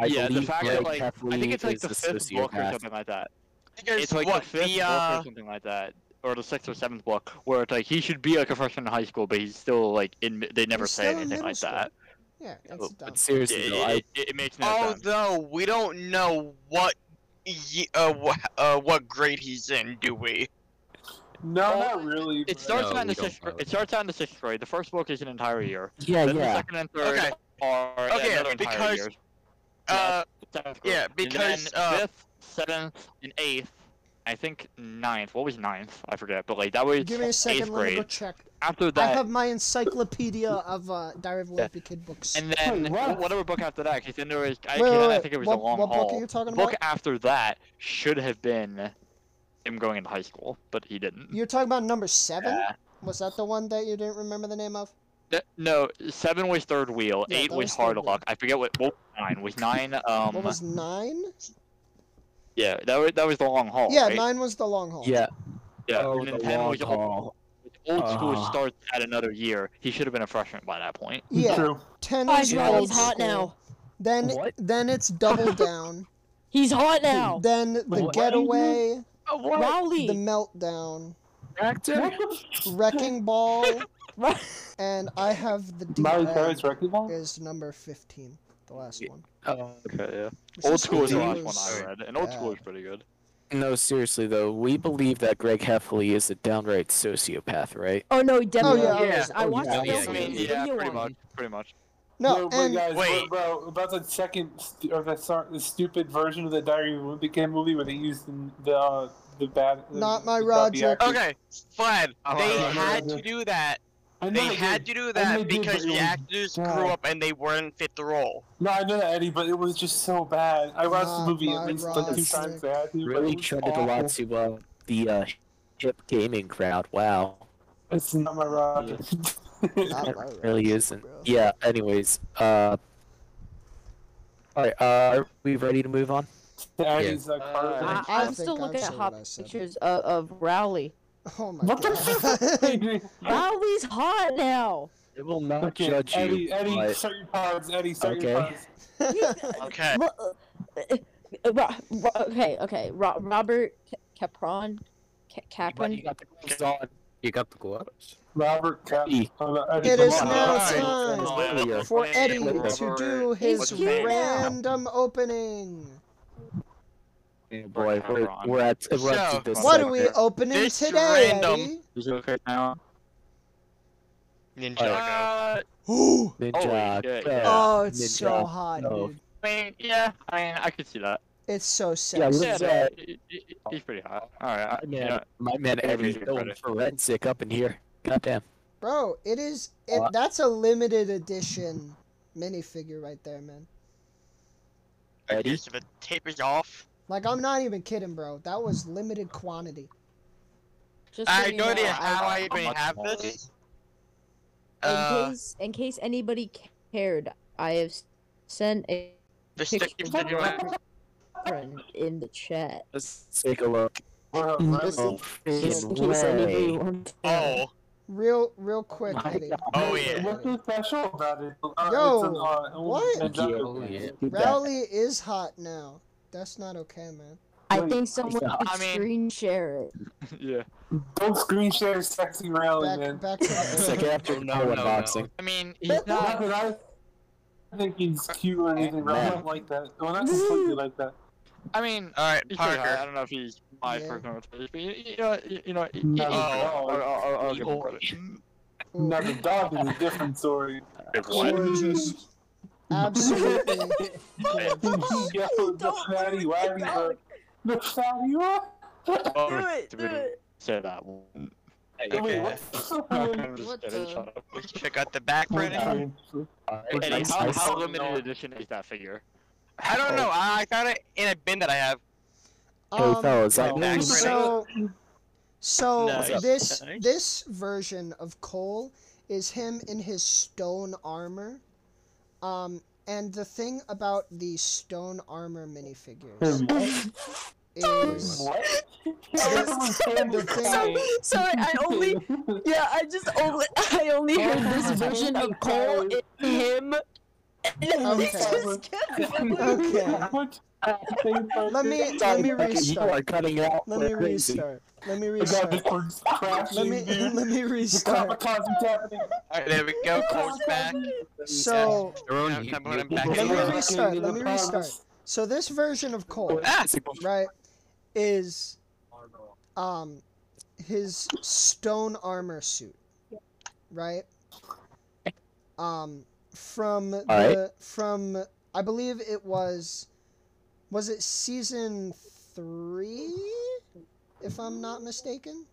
[SPEAKER 4] I
[SPEAKER 2] yeah, the
[SPEAKER 4] believe
[SPEAKER 2] fact
[SPEAKER 4] Greg
[SPEAKER 2] that like, I
[SPEAKER 4] Heffley
[SPEAKER 2] think it's like
[SPEAKER 4] is
[SPEAKER 2] the
[SPEAKER 4] a
[SPEAKER 2] fifth book or
[SPEAKER 4] sociopath.
[SPEAKER 2] something like that.
[SPEAKER 5] Because
[SPEAKER 2] It's like
[SPEAKER 5] what
[SPEAKER 2] the fifth
[SPEAKER 5] the
[SPEAKER 2] book
[SPEAKER 5] uh,
[SPEAKER 2] or something like that, or the sixth or seventh book, where it's like he should be like a freshman in high school, but he's still like in. They never
[SPEAKER 1] He's
[SPEAKER 2] say
[SPEAKER 1] still in
[SPEAKER 2] anything
[SPEAKER 1] middle
[SPEAKER 2] like
[SPEAKER 1] school.
[SPEAKER 2] that.
[SPEAKER 1] Yeah,
[SPEAKER 4] But-
[SPEAKER 1] that's dumb.
[SPEAKER 4] But seriously,
[SPEAKER 2] It,
[SPEAKER 4] though, I,
[SPEAKER 2] it, it, it makes no sense.
[SPEAKER 5] although we don't know what ye- uh, wha- uh what grade he's in, do we?
[SPEAKER 3] No,
[SPEAKER 2] Well,
[SPEAKER 3] not really.
[SPEAKER 2] It
[SPEAKER 3] but-
[SPEAKER 2] starts
[SPEAKER 8] No,
[SPEAKER 2] out in the
[SPEAKER 8] we don't
[SPEAKER 2] sixth. gr-
[SPEAKER 8] know. Oh,
[SPEAKER 2] It starts out in the sixth grade. The first book is an entire year.
[SPEAKER 4] yeah,
[SPEAKER 2] then the
[SPEAKER 4] yeah.
[SPEAKER 2] second and third
[SPEAKER 5] Okay.
[SPEAKER 2] are
[SPEAKER 5] Okay,
[SPEAKER 2] another entire
[SPEAKER 5] because-
[SPEAKER 2] year.
[SPEAKER 5] Uh,
[SPEAKER 2] Seventh grade.
[SPEAKER 5] yeah,
[SPEAKER 2] And
[SPEAKER 5] because,
[SPEAKER 2] then
[SPEAKER 5] uh,
[SPEAKER 2] fifth, seventh, and eighth. I think ninth. What was ninth? I forget. But like that was
[SPEAKER 1] Give me a
[SPEAKER 2] eighth
[SPEAKER 1] second, let me
[SPEAKER 2] grade.
[SPEAKER 1] go check.
[SPEAKER 2] After
[SPEAKER 1] I
[SPEAKER 2] that,
[SPEAKER 1] have my encyclopedia of uh, Diary of a
[SPEAKER 2] Yeah.
[SPEAKER 1] Wimpy Kid books.
[SPEAKER 2] And then
[SPEAKER 3] Wait, what?
[SPEAKER 2] wh- whatever book after that, because then there was I,
[SPEAKER 1] Wait, wait,
[SPEAKER 2] I
[SPEAKER 1] wait,
[SPEAKER 2] think it was
[SPEAKER 1] what,
[SPEAKER 2] a long
[SPEAKER 1] what
[SPEAKER 2] haul.
[SPEAKER 1] book are you talking
[SPEAKER 2] book
[SPEAKER 1] about?
[SPEAKER 2] after that should have been him going into high school, but he didn't.
[SPEAKER 1] You're talking about number seven?
[SPEAKER 2] Yeah.
[SPEAKER 1] Was that the one that you didn't remember the name of?
[SPEAKER 2] Th- no, seven was third wheel,
[SPEAKER 1] Yeah,
[SPEAKER 2] eight
[SPEAKER 1] that
[SPEAKER 2] was,
[SPEAKER 1] was third
[SPEAKER 2] hard
[SPEAKER 1] wheel.
[SPEAKER 2] luck. I forget what, what was nine was. Nine. Um.
[SPEAKER 1] What was nine?
[SPEAKER 2] Yeah, that was that was the long haul.
[SPEAKER 1] yeah,
[SPEAKER 2] oh, right?
[SPEAKER 1] nine was the long haul.
[SPEAKER 4] Yeah.
[SPEAKER 2] Yeah.
[SPEAKER 4] Oh,
[SPEAKER 2] and
[SPEAKER 4] the
[SPEAKER 2] then ten
[SPEAKER 4] long
[SPEAKER 2] was old,
[SPEAKER 4] haul.
[SPEAKER 2] old school
[SPEAKER 4] Oh.
[SPEAKER 2] starts at another year. He should have been a freshman by that point.
[SPEAKER 1] Yeah.
[SPEAKER 3] True.
[SPEAKER 1] Ten
[SPEAKER 7] Guys,
[SPEAKER 1] was
[SPEAKER 7] Riley's
[SPEAKER 1] old
[SPEAKER 7] hot
[SPEAKER 1] school.
[SPEAKER 7] now.
[SPEAKER 1] Then
[SPEAKER 4] What?
[SPEAKER 1] then it's double down.
[SPEAKER 7] He's hot now.
[SPEAKER 1] then the
[SPEAKER 4] What?
[SPEAKER 1] getaway,
[SPEAKER 7] Rowley.
[SPEAKER 1] the meltdown,
[SPEAKER 4] Actor?
[SPEAKER 1] wrecking ball,
[SPEAKER 7] Ri-
[SPEAKER 1] and I have the D
[SPEAKER 3] Miley Cyrus Wrecking Ball?
[SPEAKER 1] is number fifteen, the last one.
[SPEAKER 4] oh.
[SPEAKER 2] Okay. Yeah.
[SPEAKER 1] Which
[SPEAKER 2] Old school is the last
[SPEAKER 1] ridiculous.
[SPEAKER 2] one I read, and old school
[SPEAKER 1] bad.
[SPEAKER 2] is pretty good.
[SPEAKER 4] No, seriously though, we believe that Greg Heffley is a downright sociopath, right?
[SPEAKER 7] Oh no, he definitely
[SPEAKER 1] yeah.
[SPEAKER 7] is. I
[SPEAKER 4] Oh,
[SPEAKER 7] watched
[SPEAKER 4] yeah.
[SPEAKER 7] the
[SPEAKER 4] Yeah,
[SPEAKER 7] film.
[SPEAKER 2] I mean,
[SPEAKER 7] the
[SPEAKER 2] yeah,
[SPEAKER 7] video
[SPEAKER 2] pretty
[SPEAKER 7] on
[SPEAKER 2] much,
[SPEAKER 7] him.
[SPEAKER 2] pretty much.
[SPEAKER 1] No,
[SPEAKER 3] but
[SPEAKER 1] and
[SPEAKER 3] guys,
[SPEAKER 5] Wait.
[SPEAKER 3] bro, bro, about the second st- or the, sor- the stupid version of the Diary of a Wimpy Kid movie where they used the the, uh, the bad. the-
[SPEAKER 1] Not my
[SPEAKER 3] the crappy
[SPEAKER 1] Roger.
[SPEAKER 3] actors.
[SPEAKER 5] okay, Vlad,
[SPEAKER 2] Oh,
[SPEAKER 5] they
[SPEAKER 2] I
[SPEAKER 3] remember
[SPEAKER 5] had
[SPEAKER 3] that.
[SPEAKER 5] to do that.
[SPEAKER 3] I know
[SPEAKER 5] They
[SPEAKER 3] they
[SPEAKER 5] had
[SPEAKER 3] did.
[SPEAKER 5] to do
[SPEAKER 3] they
[SPEAKER 5] that
[SPEAKER 3] did,
[SPEAKER 5] because
[SPEAKER 3] but it
[SPEAKER 5] the
[SPEAKER 3] was
[SPEAKER 5] actors grew
[SPEAKER 3] bad.
[SPEAKER 5] up and they weren't fit the role.
[SPEAKER 3] No, I know that Eddie, but it was just so bad. I watched
[SPEAKER 1] Not
[SPEAKER 3] the movie
[SPEAKER 1] my
[SPEAKER 3] at least like two
[SPEAKER 1] Roger.
[SPEAKER 3] times. I had to, but
[SPEAKER 4] Really
[SPEAKER 3] it was
[SPEAKER 4] trended a lot
[SPEAKER 3] awful.
[SPEAKER 4] to uh, the uh, hip gaming crowd. Wow.
[SPEAKER 3] It's not my Roger.
[SPEAKER 1] Not
[SPEAKER 4] It
[SPEAKER 1] my
[SPEAKER 4] really
[SPEAKER 1] Roger,
[SPEAKER 4] isn't.
[SPEAKER 1] bro.
[SPEAKER 4] Yeah, anyways, uh Alright, uh, are we ready to move on?
[SPEAKER 3] Eddie's a
[SPEAKER 2] Uh,
[SPEAKER 3] cartoon.
[SPEAKER 1] I-
[SPEAKER 7] I,
[SPEAKER 1] I
[SPEAKER 7] am still
[SPEAKER 1] think I've
[SPEAKER 7] looking at
[SPEAKER 1] said
[SPEAKER 7] hot
[SPEAKER 1] what I said.
[SPEAKER 7] pictures of, of Rowley.
[SPEAKER 1] Oh my
[SPEAKER 3] What
[SPEAKER 1] god.
[SPEAKER 3] the fuck?
[SPEAKER 7] Rowley's hot now.
[SPEAKER 4] It will not
[SPEAKER 3] Okay,
[SPEAKER 4] judge you.
[SPEAKER 3] Eddie, Eddie,
[SPEAKER 4] but-
[SPEAKER 3] start your cards. Eddie, start your
[SPEAKER 4] Okay.
[SPEAKER 3] cards.
[SPEAKER 5] Okay.
[SPEAKER 7] Ro- uh, uh, Ro- Ro- okay, okay. Ro- Robert Ca- Capron, Ca-
[SPEAKER 4] But
[SPEAKER 7] Capron.
[SPEAKER 4] got the gloves on. You got the gloves.
[SPEAKER 3] Robert Cap.
[SPEAKER 4] Eddie.
[SPEAKER 3] Oh, no, Eddie,
[SPEAKER 1] It
[SPEAKER 3] come
[SPEAKER 1] is
[SPEAKER 3] on.
[SPEAKER 1] now
[SPEAKER 3] Alright.
[SPEAKER 1] time.
[SPEAKER 2] Oh, yeah, that was
[SPEAKER 1] For
[SPEAKER 2] way
[SPEAKER 1] Eddie
[SPEAKER 2] over
[SPEAKER 1] to do
[SPEAKER 2] it.
[SPEAKER 1] his
[SPEAKER 2] What's his name?
[SPEAKER 1] random opening.
[SPEAKER 4] Oh boy, we're,
[SPEAKER 2] Cameron.
[SPEAKER 4] we're at we're at
[SPEAKER 5] So-
[SPEAKER 4] this
[SPEAKER 1] What are
[SPEAKER 4] segment.
[SPEAKER 1] we opening
[SPEAKER 5] This
[SPEAKER 1] today,
[SPEAKER 5] random-
[SPEAKER 1] Eddie?
[SPEAKER 2] Is it okay now?
[SPEAKER 5] Ninjago.
[SPEAKER 2] Uh,
[SPEAKER 1] Ooh.
[SPEAKER 4] Ninja,
[SPEAKER 2] shit,
[SPEAKER 4] yeah.
[SPEAKER 2] yeah.
[SPEAKER 1] Oh, it's
[SPEAKER 4] Ninja.
[SPEAKER 1] so hot,
[SPEAKER 4] No.
[SPEAKER 1] dude.
[SPEAKER 2] I mean, yeah, I mean, I could see that.
[SPEAKER 1] It's so
[SPEAKER 4] Yeah,
[SPEAKER 1] sexy.
[SPEAKER 4] let's-
[SPEAKER 2] yeah, he's pretty hot. All right,
[SPEAKER 4] My man,
[SPEAKER 2] yeah.
[SPEAKER 4] my man,
[SPEAKER 2] Everything's
[SPEAKER 4] Eddie's going
[SPEAKER 2] incredible.
[SPEAKER 4] forensic up in here. Goddamn.
[SPEAKER 1] Bro, it is. It,
[SPEAKER 4] What?
[SPEAKER 1] that's a limited edition minifigure right there, man.
[SPEAKER 5] Okay,
[SPEAKER 4] Eddie?
[SPEAKER 5] so the tape is off.
[SPEAKER 1] Like, I'm not even kidding, bro. That was limited quantity.
[SPEAKER 7] Just so
[SPEAKER 5] I have
[SPEAKER 7] you
[SPEAKER 5] no
[SPEAKER 7] know,
[SPEAKER 5] idea
[SPEAKER 7] I-
[SPEAKER 5] how I even
[SPEAKER 2] much
[SPEAKER 5] have
[SPEAKER 2] smaller.
[SPEAKER 5] this.
[SPEAKER 7] in
[SPEAKER 5] Uh,
[SPEAKER 7] case in case anybody cared, I have s- sent a
[SPEAKER 5] the
[SPEAKER 7] picture
[SPEAKER 5] stick is the
[SPEAKER 7] friend in the chat.
[SPEAKER 4] Let's take a look. Oh,
[SPEAKER 3] Bro,
[SPEAKER 4] No
[SPEAKER 7] Just in
[SPEAKER 4] freaking
[SPEAKER 7] case anybody
[SPEAKER 4] way.
[SPEAKER 7] wants to know.
[SPEAKER 5] Oh,
[SPEAKER 1] Real, real quick, Eddie.
[SPEAKER 5] oh
[SPEAKER 3] Hey,
[SPEAKER 5] yeah.
[SPEAKER 3] What's so special about it? Uh,
[SPEAKER 1] Yo,
[SPEAKER 3] it's an, uh, it was
[SPEAKER 1] what?
[SPEAKER 3] an adaptive
[SPEAKER 4] Oh, yeah.
[SPEAKER 3] movie.
[SPEAKER 4] Keep that.
[SPEAKER 1] Rowley is hot now. That's not okay, man.
[SPEAKER 7] I think someone
[SPEAKER 4] I
[SPEAKER 7] could
[SPEAKER 2] mean-
[SPEAKER 7] screen share it.
[SPEAKER 2] yeah.
[SPEAKER 3] Don't screen share sexy rally, Oh, man.
[SPEAKER 1] Back, back to the.
[SPEAKER 4] It's like after
[SPEAKER 8] No,
[SPEAKER 4] no
[SPEAKER 8] no, no.
[SPEAKER 4] unboxing.
[SPEAKER 2] I mean,
[SPEAKER 1] But-
[SPEAKER 2] he's
[SPEAKER 3] Back
[SPEAKER 2] not.
[SPEAKER 3] when I, think he's cute or anything, but I'm not like that. Well, not completely like that.
[SPEAKER 2] I mean,
[SPEAKER 5] All right,
[SPEAKER 2] he's pretty high. I
[SPEAKER 5] Parker.
[SPEAKER 2] don't know if he's my
[SPEAKER 1] Yeah.
[SPEAKER 2] personal taste, but you, you know, you, you know, you,
[SPEAKER 3] No.
[SPEAKER 2] I'll, I'll- I'll- I'll give him credit.
[SPEAKER 3] Now the dog is a different story.
[SPEAKER 1] Gorgeous. Absolutely.
[SPEAKER 3] Yo, the fatty wabby bird. The fatty wabby.
[SPEAKER 2] Oh,
[SPEAKER 6] Do it, do
[SPEAKER 2] we didn't
[SPEAKER 6] it.
[SPEAKER 2] Say that one.
[SPEAKER 1] Um,
[SPEAKER 3] Wait,
[SPEAKER 5] Okay.
[SPEAKER 3] what?
[SPEAKER 2] Just
[SPEAKER 7] What
[SPEAKER 2] kidding,
[SPEAKER 7] the-
[SPEAKER 2] shut up.
[SPEAKER 5] Check out the back burner.
[SPEAKER 4] Alright,
[SPEAKER 2] Eddie,
[SPEAKER 4] nice,
[SPEAKER 2] how,
[SPEAKER 4] nice.
[SPEAKER 2] how limited edition is that figure?
[SPEAKER 5] I don't know. I, I found it in a bin that I have.
[SPEAKER 4] Hey
[SPEAKER 1] Um,
[SPEAKER 4] fellas, I
[SPEAKER 3] no.
[SPEAKER 4] know you-
[SPEAKER 5] Background.
[SPEAKER 1] so, so
[SPEAKER 5] Nice.
[SPEAKER 1] this
[SPEAKER 5] Nice.
[SPEAKER 1] this version of Cole is him in his stone armor. Um, and the thing about the stone armor minifigures
[SPEAKER 4] Hmm.
[SPEAKER 1] is
[SPEAKER 3] What?
[SPEAKER 1] the thing.
[SPEAKER 6] Sorry, I only yeah, I just only I only heard this version of Cole in him. And
[SPEAKER 1] Okay.
[SPEAKER 6] this just kept going.
[SPEAKER 1] Okay. Let me let me
[SPEAKER 4] Sorry, Becky, you are
[SPEAKER 1] restart.
[SPEAKER 4] cutting out
[SPEAKER 1] Let
[SPEAKER 4] like
[SPEAKER 1] me
[SPEAKER 4] crazy.
[SPEAKER 1] restart. Let me
[SPEAKER 3] The guy
[SPEAKER 1] restart.
[SPEAKER 3] backwards
[SPEAKER 1] Let
[SPEAKER 3] crashing,
[SPEAKER 1] me
[SPEAKER 3] dude.
[SPEAKER 1] let me
[SPEAKER 3] The Kamikaze
[SPEAKER 1] restart.
[SPEAKER 3] happening.
[SPEAKER 5] All right, there we go. Cole's back.
[SPEAKER 1] So
[SPEAKER 5] I'm, I'm putting him back
[SPEAKER 1] Let
[SPEAKER 5] in.
[SPEAKER 1] me
[SPEAKER 5] the-
[SPEAKER 1] restart, let me restart. so this version of Cole,
[SPEAKER 5] Ah,
[SPEAKER 1] right, is um his stone armor suit, right? Um, from the
[SPEAKER 4] Alright.
[SPEAKER 1] from I believe it was, was it season three, if I'm not mistaken.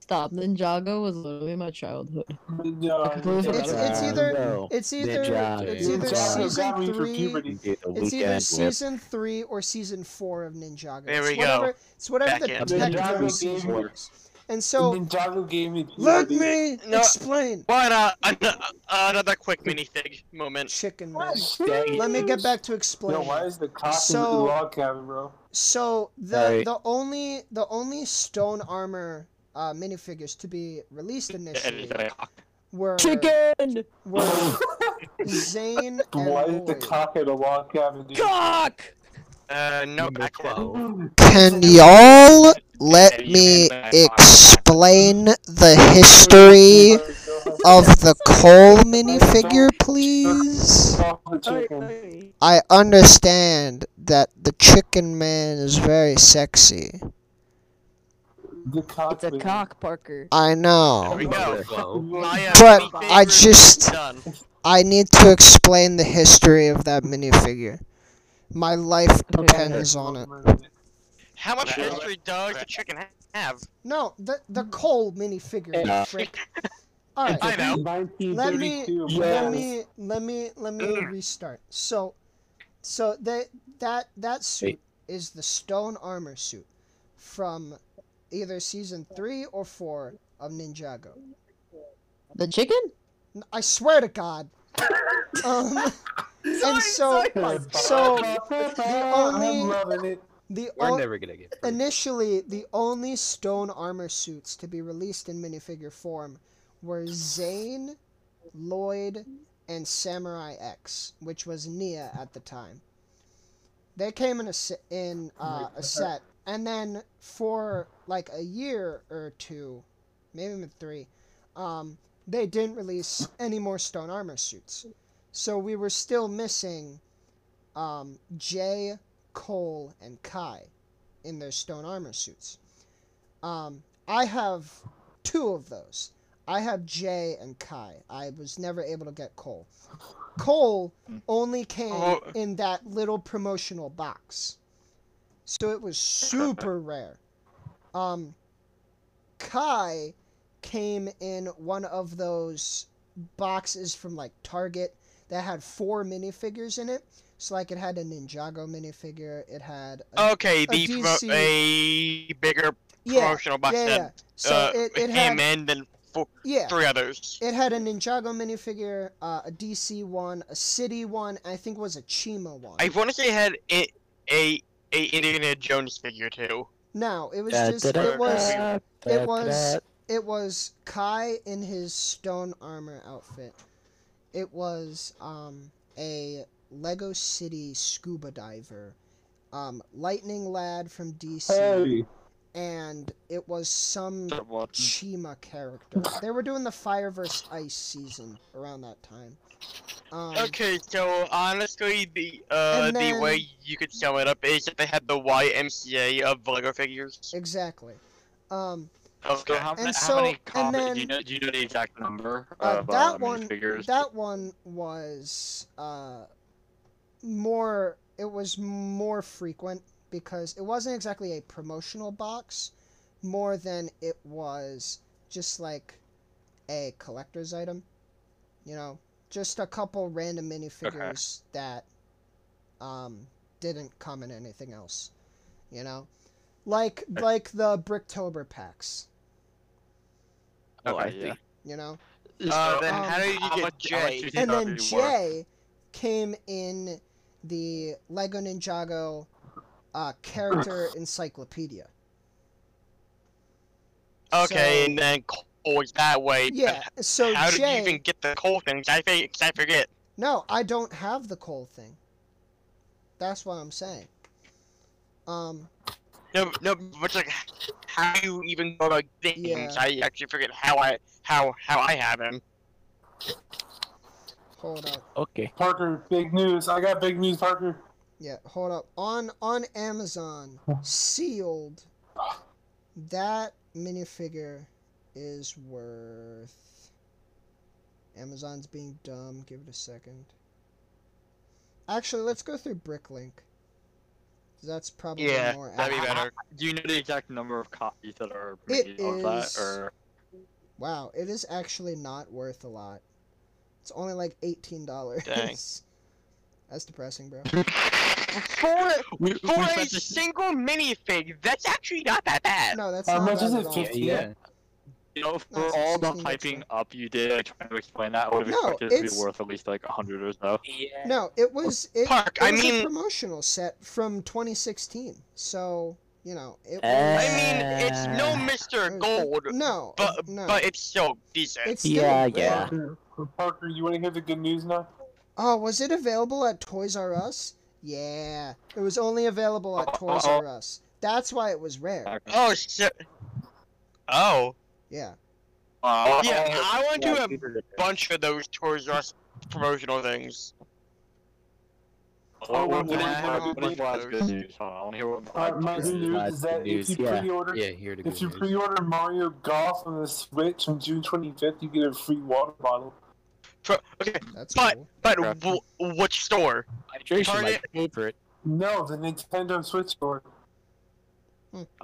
[SPEAKER 7] Stop. Ninjago was literally my childhood.
[SPEAKER 3] No,
[SPEAKER 1] It's it's either
[SPEAKER 4] No.
[SPEAKER 1] it's either
[SPEAKER 4] job
[SPEAKER 1] it's
[SPEAKER 4] is-
[SPEAKER 1] either
[SPEAKER 4] Good job.
[SPEAKER 1] season
[SPEAKER 3] Got me through
[SPEAKER 1] three.
[SPEAKER 3] puberty.
[SPEAKER 4] Dude, the
[SPEAKER 1] It's either
[SPEAKER 4] weekend with-
[SPEAKER 1] season three or season four of Ninjago.
[SPEAKER 5] There
[SPEAKER 1] it's
[SPEAKER 5] we go.
[SPEAKER 1] whatever, It's whatever
[SPEAKER 5] Back
[SPEAKER 1] the
[SPEAKER 5] in.
[SPEAKER 1] technical
[SPEAKER 3] Ninjago
[SPEAKER 1] season
[SPEAKER 3] Gamer.
[SPEAKER 1] is. And so,
[SPEAKER 3] Ninjago gave me
[SPEAKER 1] let
[SPEAKER 3] puberty.
[SPEAKER 1] me
[SPEAKER 5] No.
[SPEAKER 1] explain.
[SPEAKER 5] What uh, another, another quick minifig moment.
[SPEAKER 1] Chicken
[SPEAKER 3] Oh,
[SPEAKER 1] man.
[SPEAKER 3] shit.
[SPEAKER 1] Let me get back to
[SPEAKER 3] Yo,
[SPEAKER 1] explaining.
[SPEAKER 3] why is the cock
[SPEAKER 1] So-
[SPEAKER 3] in the log cabin, bro?
[SPEAKER 1] So the
[SPEAKER 4] Sorry.
[SPEAKER 1] the only the only stone armor uh, minifigures to be released
[SPEAKER 2] Eddie's
[SPEAKER 1] initially
[SPEAKER 2] like,
[SPEAKER 1] were
[SPEAKER 6] Chicken
[SPEAKER 1] were Zane and
[SPEAKER 3] Why is the
[SPEAKER 1] Lloyd.
[SPEAKER 3] cock in the log cabin, dude?
[SPEAKER 6] cock.
[SPEAKER 5] Uh, no back row.
[SPEAKER 1] Can y'all let me explain the history of the Cole minifigure, please? I understand that the chicken man is very sexy.
[SPEAKER 3] The cock
[SPEAKER 7] It's a
[SPEAKER 3] man.
[SPEAKER 7] cock, Parker.
[SPEAKER 1] I
[SPEAKER 5] There
[SPEAKER 1] know.
[SPEAKER 5] we go. My, uh,
[SPEAKER 1] But
[SPEAKER 5] minifig
[SPEAKER 1] I
[SPEAKER 5] review
[SPEAKER 1] just-
[SPEAKER 5] is done.
[SPEAKER 1] I need to explain the history of that minifigure. My life depends on it.
[SPEAKER 5] How much
[SPEAKER 2] Yeah.
[SPEAKER 5] history does the chicken ha- have?
[SPEAKER 1] No, the the Cole minifigure.
[SPEAKER 4] Nah.
[SPEAKER 1] All right.
[SPEAKER 5] I know.
[SPEAKER 1] let me
[SPEAKER 3] 1932,
[SPEAKER 1] let
[SPEAKER 3] man.
[SPEAKER 1] me let me let me restart. So, so that that that suit is the stone armor suit from either season three or four of Ninjago.
[SPEAKER 7] The chicken?
[SPEAKER 1] N- I swear to God. um, and so so the
[SPEAKER 3] I'm
[SPEAKER 1] only
[SPEAKER 3] loving it.
[SPEAKER 1] the
[SPEAKER 8] We're
[SPEAKER 1] o-
[SPEAKER 8] never gonna get. free.
[SPEAKER 1] initially the only stone armor suits to be released in minifigure form were Zane, Lloyd, and Samurai X, which was Nia at the time. They came in a se- in uh, a set, and then for like a year or two, maybe even three, um, they didn't release any more stone armor suits. So we were still missing um, Jay, Cole, and Kai in their stone armor suits. Um, I have two of those. I have Jay and Kai. I was never able to get Cole. Cole only came
[SPEAKER 5] Oh.
[SPEAKER 1] in that little promotional box. So it was super rare. Um, Kai came in one of those boxes from like Target that had four minifigures in it. So like it had a Ninjago minifigure, it had a
[SPEAKER 5] Okay, the pro-
[SPEAKER 1] DC
[SPEAKER 5] a bigger
[SPEAKER 1] yeah,
[SPEAKER 5] promotional box
[SPEAKER 1] yeah, yeah.
[SPEAKER 5] than
[SPEAKER 1] So
[SPEAKER 5] uh,
[SPEAKER 1] it, it
[SPEAKER 5] him
[SPEAKER 1] had
[SPEAKER 5] and then four,
[SPEAKER 1] yeah,
[SPEAKER 5] three others.
[SPEAKER 1] it had a Ninjago minifigure, uh, a DC one, a City one, and I think it was a Chima one.
[SPEAKER 5] I want to say it had a, a a Indiana Jones figure too.
[SPEAKER 1] No, it was
[SPEAKER 4] Da-
[SPEAKER 1] just
[SPEAKER 4] da- da-
[SPEAKER 1] it was
[SPEAKER 4] da- da-
[SPEAKER 1] it was
[SPEAKER 4] da-
[SPEAKER 1] it was Kai in his stone armor outfit. It was um a Lego City scuba diver, um Lightning Lad from DC,
[SPEAKER 3] Hey,
[SPEAKER 1] and it was some
[SPEAKER 2] That one.
[SPEAKER 1] Chima character. They were doing the fire versus ice season around that time. Um,
[SPEAKER 5] Okay, so honestly, the uh
[SPEAKER 1] And
[SPEAKER 5] the
[SPEAKER 1] then-
[SPEAKER 5] way you could sum it up is that they had the YMCA of Lego figures.
[SPEAKER 1] Exactly. Um,
[SPEAKER 5] Okay.
[SPEAKER 2] So how,
[SPEAKER 1] And
[SPEAKER 2] ma-
[SPEAKER 1] so-
[SPEAKER 2] how many
[SPEAKER 1] and
[SPEAKER 2] comic?
[SPEAKER 1] then-
[SPEAKER 2] do you know? Do you know the exact number
[SPEAKER 1] uh,
[SPEAKER 2] of uh,
[SPEAKER 1] that one
[SPEAKER 2] figures?
[SPEAKER 1] that one was uh, more it was more frequent because it wasn't exactly a promotional box more than it was just like a collector's item you know just a couple random minifigures that um, didn't come in anything else you know like like the bricktober packs
[SPEAKER 4] Oh, I
[SPEAKER 2] Okay, yeah.
[SPEAKER 4] think
[SPEAKER 1] you know
[SPEAKER 5] Uh,
[SPEAKER 2] So,
[SPEAKER 5] then
[SPEAKER 1] um,
[SPEAKER 5] how did you
[SPEAKER 2] how
[SPEAKER 5] get
[SPEAKER 2] much- how much
[SPEAKER 5] J?
[SPEAKER 2] you think
[SPEAKER 1] and
[SPEAKER 2] that
[SPEAKER 1] then
[SPEAKER 2] would be worth?
[SPEAKER 1] Jay came in the Lego Ninjago uh, character encyclopedia.
[SPEAKER 5] Okay,
[SPEAKER 1] So-
[SPEAKER 5] and then Cole is that way. but
[SPEAKER 1] yeah. So
[SPEAKER 5] How did
[SPEAKER 1] Jay,
[SPEAKER 5] you even get the Cole thing? 'Cause I think 'cause I forget.
[SPEAKER 1] no, I don't have the coal thing. That's what I'm saying. Um,
[SPEAKER 5] No, no, but like, how do you even go about getting him?
[SPEAKER 1] Yeah.
[SPEAKER 5] 'Cause I actually forget how I how how I have him.
[SPEAKER 1] hold up.
[SPEAKER 4] Okay.
[SPEAKER 3] Parker, big news. I got big news, Parker.
[SPEAKER 1] Yeah, hold up. On on Amazon, sealed. That minifigure is worth. Amazon's being dumb. Give it a second. Actually, let's go through Bricklink. 'Cause That's probably
[SPEAKER 5] Yeah,
[SPEAKER 1] more.
[SPEAKER 5] That'd be
[SPEAKER 1] accurate.
[SPEAKER 5] better.
[SPEAKER 2] Do you know the exact number of copies that are made of
[SPEAKER 1] is-
[SPEAKER 2] that? Or
[SPEAKER 1] Wow, it is actually not worth a lot. It's only like eighteen dollars.
[SPEAKER 5] Dang.
[SPEAKER 1] That's depressing, bro.
[SPEAKER 5] For
[SPEAKER 2] we,
[SPEAKER 5] for a
[SPEAKER 2] spent this,
[SPEAKER 5] single minifig, that's actually not that bad.
[SPEAKER 1] No, that's
[SPEAKER 3] How
[SPEAKER 1] not
[SPEAKER 3] much
[SPEAKER 1] bad
[SPEAKER 3] is
[SPEAKER 1] at
[SPEAKER 3] it?
[SPEAKER 1] all.
[SPEAKER 3] Yeah, yeah.
[SPEAKER 2] you know,
[SPEAKER 1] No,
[SPEAKER 2] for
[SPEAKER 1] it's
[SPEAKER 2] all the
[SPEAKER 1] 16 bucks,
[SPEAKER 2] hyping
[SPEAKER 1] right?
[SPEAKER 2] up you did, I tried to explain that. I would have
[SPEAKER 1] No,
[SPEAKER 2] expected it to
[SPEAKER 1] it's-
[SPEAKER 2] be worth at least like a hundred or so.
[SPEAKER 1] No, it was it,
[SPEAKER 5] Park,
[SPEAKER 1] it
[SPEAKER 5] I
[SPEAKER 1] was a
[SPEAKER 5] mean-
[SPEAKER 1] promotional set from 2016. So you know
[SPEAKER 6] Uh,
[SPEAKER 1] it.
[SPEAKER 5] I
[SPEAKER 1] Was,
[SPEAKER 5] mean, it's no
[SPEAKER 4] Uh,
[SPEAKER 5] Mr.
[SPEAKER 1] it-
[SPEAKER 5] Gold,
[SPEAKER 1] no,
[SPEAKER 5] but
[SPEAKER 1] no,
[SPEAKER 5] but it's still decent.
[SPEAKER 1] it's still
[SPEAKER 4] Yeah,
[SPEAKER 1] really-
[SPEAKER 4] yeah.
[SPEAKER 3] Parker, Parker, you want to hear the good news now?
[SPEAKER 1] Oh, was it available at Toys R Us? Yeah, it was only available at Toys
[SPEAKER 2] Uh-oh.
[SPEAKER 1] R Us. That's why it was rare.
[SPEAKER 5] oh shit. Oh.
[SPEAKER 1] Yeah,
[SPEAKER 2] Wow.
[SPEAKER 5] Uh, Yeah, I went
[SPEAKER 4] Yeah,
[SPEAKER 5] to a
[SPEAKER 4] dude, it is.
[SPEAKER 5] bunch of those Toys R Us promotional things.
[SPEAKER 2] What- Oh, what- what is
[SPEAKER 3] Yeah.
[SPEAKER 2] my- what is my last good news? Hold on, I want to hear what.
[SPEAKER 3] Uh, my
[SPEAKER 4] This
[SPEAKER 3] good
[SPEAKER 4] is
[SPEAKER 3] news
[SPEAKER 4] not
[SPEAKER 3] is
[SPEAKER 4] good
[SPEAKER 3] that
[SPEAKER 4] news,
[SPEAKER 3] if you
[SPEAKER 4] yeah.
[SPEAKER 3] pre-order,
[SPEAKER 8] Yeah, here to go.
[SPEAKER 3] if you
[SPEAKER 8] guys.
[SPEAKER 3] pre-order Mario Golf on the Switch on June 25th, you get a free water bottle.
[SPEAKER 5] Pro- okay,
[SPEAKER 1] that's
[SPEAKER 5] But-
[SPEAKER 1] cool.
[SPEAKER 5] but
[SPEAKER 2] Okay.
[SPEAKER 5] w- which store?
[SPEAKER 4] Hydration, my
[SPEAKER 5] Target-
[SPEAKER 4] favorite.
[SPEAKER 3] No, the Nintendo Switch store.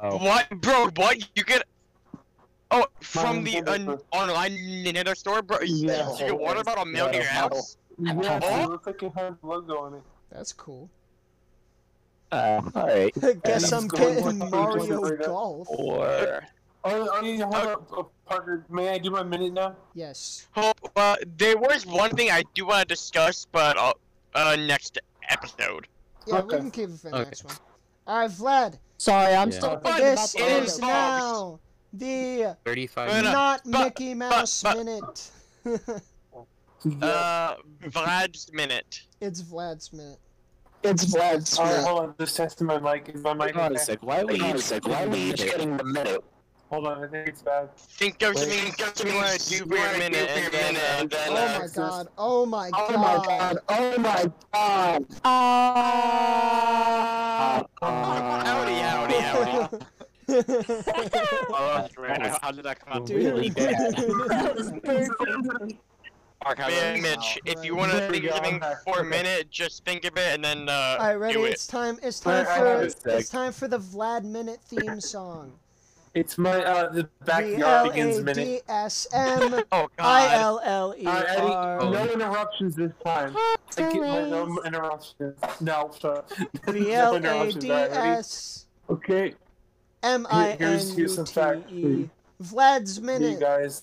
[SPEAKER 4] Oh.
[SPEAKER 5] What, bro? What you get? Oh, from the
[SPEAKER 3] Nintendo
[SPEAKER 5] un- online Nintendo store, bro. You,
[SPEAKER 3] Yeah.
[SPEAKER 5] you get water bottle mailed to your house.
[SPEAKER 3] Yeah,
[SPEAKER 5] Oh.
[SPEAKER 3] it looks like it has a logo on it.
[SPEAKER 1] That's cool.
[SPEAKER 4] Uh, all right.
[SPEAKER 1] Guess
[SPEAKER 3] it's
[SPEAKER 1] I'm
[SPEAKER 3] going
[SPEAKER 1] getting
[SPEAKER 3] with-
[SPEAKER 1] Mario
[SPEAKER 3] with-
[SPEAKER 1] Golf.
[SPEAKER 4] Or
[SPEAKER 3] Oh, oh, yeah, hold up, oh, Parker. May I do my minute now?
[SPEAKER 1] Yes.
[SPEAKER 5] Oh, uh, there was one thing I do want to discuss, but uh, uh, next episode.
[SPEAKER 1] Yeah, we
[SPEAKER 3] Okay.
[SPEAKER 1] can keep it for the
[SPEAKER 8] Okay.
[SPEAKER 1] next one. All right, Vlad.
[SPEAKER 6] Sorry, I'm
[SPEAKER 8] Yeah.
[SPEAKER 6] still
[SPEAKER 3] But
[SPEAKER 6] thinking about
[SPEAKER 1] This
[SPEAKER 6] the
[SPEAKER 5] it
[SPEAKER 6] other
[SPEAKER 1] is
[SPEAKER 5] is-
[SPEAKER 6] stuff.
[SPEAKER 1] now the
[SPEAKER 8] 35
[SPEAKER 5] Fair enough.
[SPEAKER 1] not
[SPEAKER 5] but-
[SPEAKER 1] Mickey Mouse
[SPEAKER 5] but-
[SPEAKER 1] minute.
[SPEAKER 5] Uh, Vlad's minute.
[SPEAKER 1] it's Vlad's minute.
[SPEAKER 4] it's Vlad's.
[SPEAKER 3] All right, hold on. Just testing my mic. Is my mic
[SPEAKER 4] Hang on a
[SPEAKER 3] okay?
[SPEAKER 4] sec. Why are we?
[SPEAKER 2] Hang on a
[SPEAKER 4] each-
[SPEAKER 2] sec,
[SPEAKER 4] Why are we each getting the minute?
[SPEAKER 3] Hold on. I think it's bad.
[SPEAKER 5] Think of
[SPEAKER 3] Wait.
[SPEAKER 5] something you want to do for your minute, and then, and then.
[SPEAKER 1] Oh
[SPEAKER 5] uh,
[SPEAKER 1] my god. Oh my god.
[SPEAKER 4] Oh my god. Ah.
[SPEAKER 5] uh, Howdy, howdy, howdy.
[SPEAKER 2] Oh, that's great. How- How did that come out?
[SPEAKER 1] Dude.
[SPEAKER 4] Really bad.
[SPEAKER 2] Mark, how did that
[SPEAKER 5] Yeah,
[SPEAKER 2] come
[SPEAKER 5] Mitch,
[SPEAKER 1] out,
[SPEAKER 5] if you
[SPEAKER 1] right?
[SPEAKER 5] want
[SPEAKER 3] There
[SPEAKER 5] to
[SPEAKER 3] we
[SPEAKER 5] think of
[SPEAKER 3] go,
[SPEAKER 5] something
[SPEAKER 3] okay,
[SPEAKER 5] for a
[SPEAKER 3] okay.
[SPEAKER 5] minute, just think of it and then uh,
[SPEAKER 1] Alright, ready?
[SPEAKER 5] do it.
[SPEAKER 1] It's time it's
[SPEAKER 3] Wait,
[SPEAKER 1] time
[SPEAKER 3] I
[SPEAKER 1] for
[SPEAKER 3] have a
[SPEAKER 4] sec.
[SPEAKER 1] it's time for the Vlad minute theme song.
[SPEAKER 3] It's my uh the backyard begins minute.
[SPEAKER 1] V-L-A-D-S-M
[SPEAKER 5] Oh god.
[SPEAKER 1] E
[SPEAKER 3] All right, Eddie.
[SPEAKER 1] I-L-L-E-R
[SPEAKER 3] No interruptions this time. I get my no interruptions. No, sorry. no interruptions. All right, ready?
[SPEAKER 1] V-L-A-D-S-M-I-N-U-T-E
[SPEAKER 3] Okay, here's- here's some facts for you.
[SPEAKER 1] E. Vlad's
[SPEAKER 3] you
[SPEAKER 1] minute.
[SPEAKER 3] guys.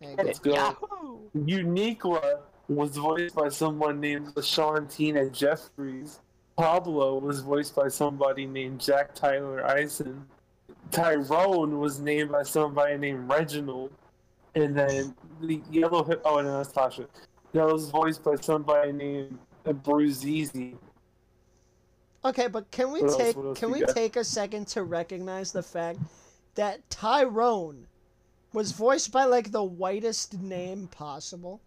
[SPEAKER 1] There you go.
[SPEAKER 3] Let's go. Uniqua was voiced by someone named Lashantina Jeffries. Pablo was voiced by somebody named Jack Tyler Ison. Tyrone was named by somebody named Reginald. And then the yellow hip oh no, that's Tasha. That was voiced by somebody named Bruce Easy.
[SPEAKER 1] Okay, but can we
[SPEAKER 3] What else-
[SPEAKER 1] take
[SPEAKER 3] what else
[SPEAKER 1] can
[SPEAKER 3] you
[SPEAKER 1] we
[SPEAKER 3] got?
[SPEAKER 1] take a second to recognize the fact that Tyrone was voiced by like the whitest name possible?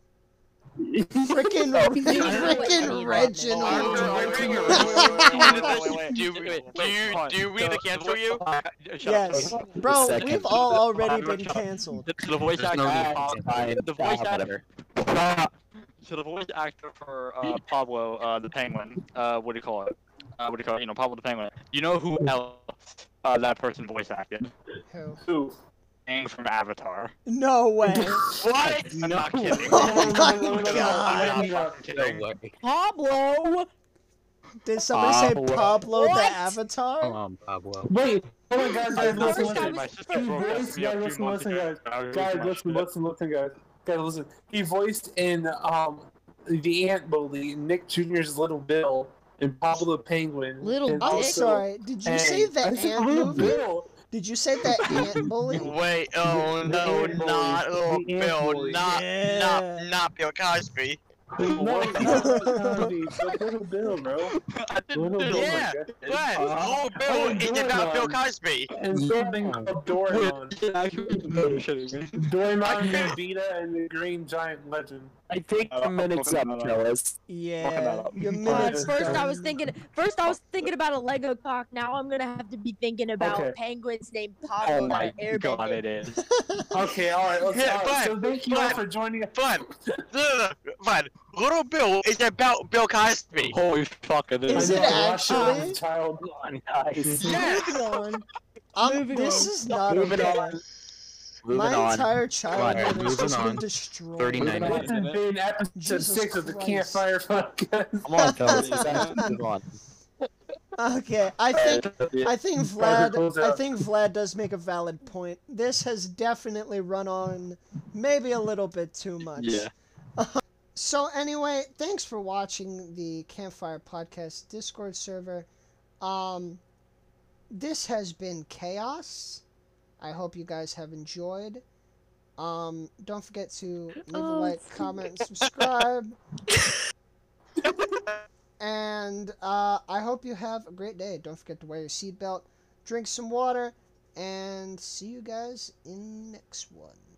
[SPEAKER 1] Freaking freaking
[SPEAKER 5] Arthur,
[SPEAKER 1] Reginald.
[SPEAKER 5] Arthur,
[SPEAKER 2] Wait, wait, wait, wait, wait, wait, wait, wait, wait,
[SPEAKER 5] you're- Do we-
[SPEAKER 2] wait,
[SPEAKER 5] do you-
[SPEAKER 2] hold on.
[SPEAKER 5] do we
[SPEAKER 2] Shut
[SPEAKER 5] to
[SPEAKER 2] up,
[SPEAKER 5] cancel you?
[SPEAKER 2] shut up, shut up.
[SPEAKER 1] Yes.
[SPEAKER 4] Hold on a
[SPEAKER 1] Bro,
[SPEAKER 4] second.
[SPEAKER 1] we've all already
[SPEAKER 2] Hold on,
[SPEAKER 1] been
[SPEAKER 2] shut up.
[SPEAKER 1] canceled.
[SPEAKER 2] The, the voice
[SPEAKER 4] There's
[SPEAKER 2] actor.
[SPEAKER 4] no need.
[SPEAKER 2] uh,
[SPEAKER 4] Fine.
[SPEAKER 2] the voice
[SPEAKER 4] Yeah,
[SPEAKER 2] actor.
[SPEAKER 4] whatever.
[SPEAKER 2] So the voice actor for uh, Pablo uh, the Penguin, uh, what do you call it? Uh, what do you call it? You know, Pablo the Penguin. You know who else uh, that person voice acted?
[SPEAKER 1] Who?
[SPEAKER 3] Who?
[SPEAKER 2] Aang from Avatar.
[SPEAKER 1] No way.
[SPEAKER 2] What? I'm not kidding.
[SPEAKER 1] Oh my
[SPEAKER 2] I'm
[SPEAKER 1] God.
[SPEAKER 2] not kidding.
[SPEAKER 4] No way.
[SPEAKER 6] Pablo.
[SPEAKER 1] Did somebody say
[SPEAKER 4] Pablo.
[SPEAKER 1] Pablo the
[SPEAKER 6] What?
[SPEAKER 4] Come
[SPEAKER 1] Avatar?
[SPEAKER 4] on, Pablo.
[SPEAKER 3] Wait. Oh my God, guys,
[SPEAKER 2] No,
[SPEAKER 3] listen,
[SPEAKER 6] First I
[SPEAKER 3] listen.
[SPEAKER 6] was-
[SPEAKER 2] my sister broke up with
[SPEAKER 3] Guys,
[SPEAKER 2] me a few
[SPEAKER 3] listen,
[SPEAKER 2] months
[SPEAKER 3] listen,
[SPEAKER 2] ago. I was
[SPEAKER 3] Guys,
[SPEAKER 2] losing my
[SPEAKER 3] listen,
[SPEAKER 2] shit.
[SPEAKER 3] listen, listen, guys. Guys, listen. He voiced in um the Ant Bully, Nick Jr.'s Little Bill, and Pablo the Penguin.
[SPEAKER 7] Little
[SPEAKER 3] and
[SPEAKER 7] Bill?
[SPEAKER 1] I'm
[SPEAKER 7] Also,
[SPEAKER 1] sorry. Did you say
[SPEAKER 3] Aang.
[SPEAKER 1] the
[SPEAKER 3] I said
[SPEAKER 1] ant
[SPEAKER 3] Little
[SPEAKER 1] movie?
[SPEAKER 3] Bill.
[SPEAKER 1] Did you say the ant bully?
[SPEAKER 5] Wait, oh
[SPEAKER 3] The- the
[SPEAKER 5] no,
[SPEAKER 3] Ant Boys,
[SPEAKER 5] not little
[SPEAKER 3] the Ant
[SPEAKER 5] Bill,
[SPEAKER 3] Boys.
[SPEAKER 5] not,
[SPEAKER 1] Yeah.
[SPEAKER 5] not, not Bill Cosby.
[SPEAKER 3] No, not the comedy, but Little Bill, bro.
[SPEAKER 2] I didn't
[SPEAKER 3] Little
[SPEAKER 2] do
[SPEAKER 3] Bill.
[SPEAKER 2] it.
[SPEAKER 5] Yeah, What? Little Bill
[SPEAKER 3] I'm
[SPEAKER 5] is
[SPEAKER 3] doing
[SPEAKER 5] about Bill
[SPEAKER 3] one.
[SPEAKER 5] Cosby.
[SPEAKER 3] And something called Doraemon. Doraemon, Nobita, and the Green Giant Legend.
[SPEAKER 4] I think
[SPEAKER 2] Uh,
[SPEAKER 4] the minute's up,
[SPEAKER 2] Pokemon.
[SPEAKER 4] fellas.
[SPEAKER 1] Yeah.
[SPEAKER 2] up.
[SPEAKER 1] Your
[SPEAKER 7] God,
[SPEAKER 1] minute's
[SPEAKER 3] it's
[SPEAKER 7] first
[SPEAKER 1] done.
[SPEAKER 7] I was thinking first I was thinking about a Lego cock. Now I'm gonna have to be thinking about
[SPEAKER 3] Okay.
[SPEAKER 7] penguins named Pablo
[SPEAKER 2] Oh my
[SPEAKER 7] the Airbender.
[SPEAKER 2] god, it is.
[SPEAKER 3] Okay, all right, let's,
[SPEAKER 5] Yeah,
[SPEAKER 3] all
[SPEAKER 5] but-
[SPEAKER 3] right. So thank you all
[SPEAKER 5] but-
[SPEAKER 3] for joining us.
[SPEAKER 5] Fun, fun. Little Bill is about Bill Cosby.
[SPEAKER 2] Holy fuck, it
[SPEAKER 1] Is
[SPEAKER 2] is.
[SPEAKER 1] it
[SPEAKER 3] I know, I should have
[SPEAKER 1] actually?
[SPEAKER 3] Child.
[SPEAKER 4] Come on, guys.
[SPEAKER 5] Yeah.
[SPEAKER 6] Moving on.
[SPEAKER 1] I'm,
[SPEAKER 6] Moving
[SPEAKER 1] this
[SPEAKER 6] on.
[SPEAKER 1] is not
[SPEAKER 4] Moving
[SPEAKER 1] okay.
[SPEAKER 4] on. Moving
[SPEAKER 1] My
[SPEAKER 4] on.
[SPEAKER 1] entire childhood
[SPEAKER 4] moving
[SPEAKER 1] has just been
[SPEAKER 4] on.
[SPEAKER 1] destroyed.
[SPEAKER 4] 39
[SPEAKER 3] This
[SPEAKER 4] minutes.
[SPEAKER 3] has been episode
[SPEAKER 1] Jesus
[SPEAKER 3] six of the
[SPEAKER 1] Christ.
[SPEAKER 3] Campfire Podcast.
[SPEAKER 4] Come on, fellas. we gotta Move on.
[SPEAKER 1] Okay, I think I think
[SPEAKER 3] Guys, we
[SPEAKER 1] Vlad
[SPEAKER 3] close
[SPEAKER 1] I
[SPEAKER 3] out.
[SPEAKER 1] think Vlad does make a valid point. This has definitely run on maybe a little bit too much.
[SPEAKER 2] Yeah.
[SPEAKER 1] So anyway, thanks for watching the Campfire Podcast Discord server. Um this has been chaos. I hope you guys have enjoyed. Um don't forget to leave a
[SPEAKER 7] Oh,
[SPEAKER 1] like, comment, and subscribe. and uh, I hope you have a great day. Don't forget to wear your seatbelt, drink some water, and see you guys in the next one.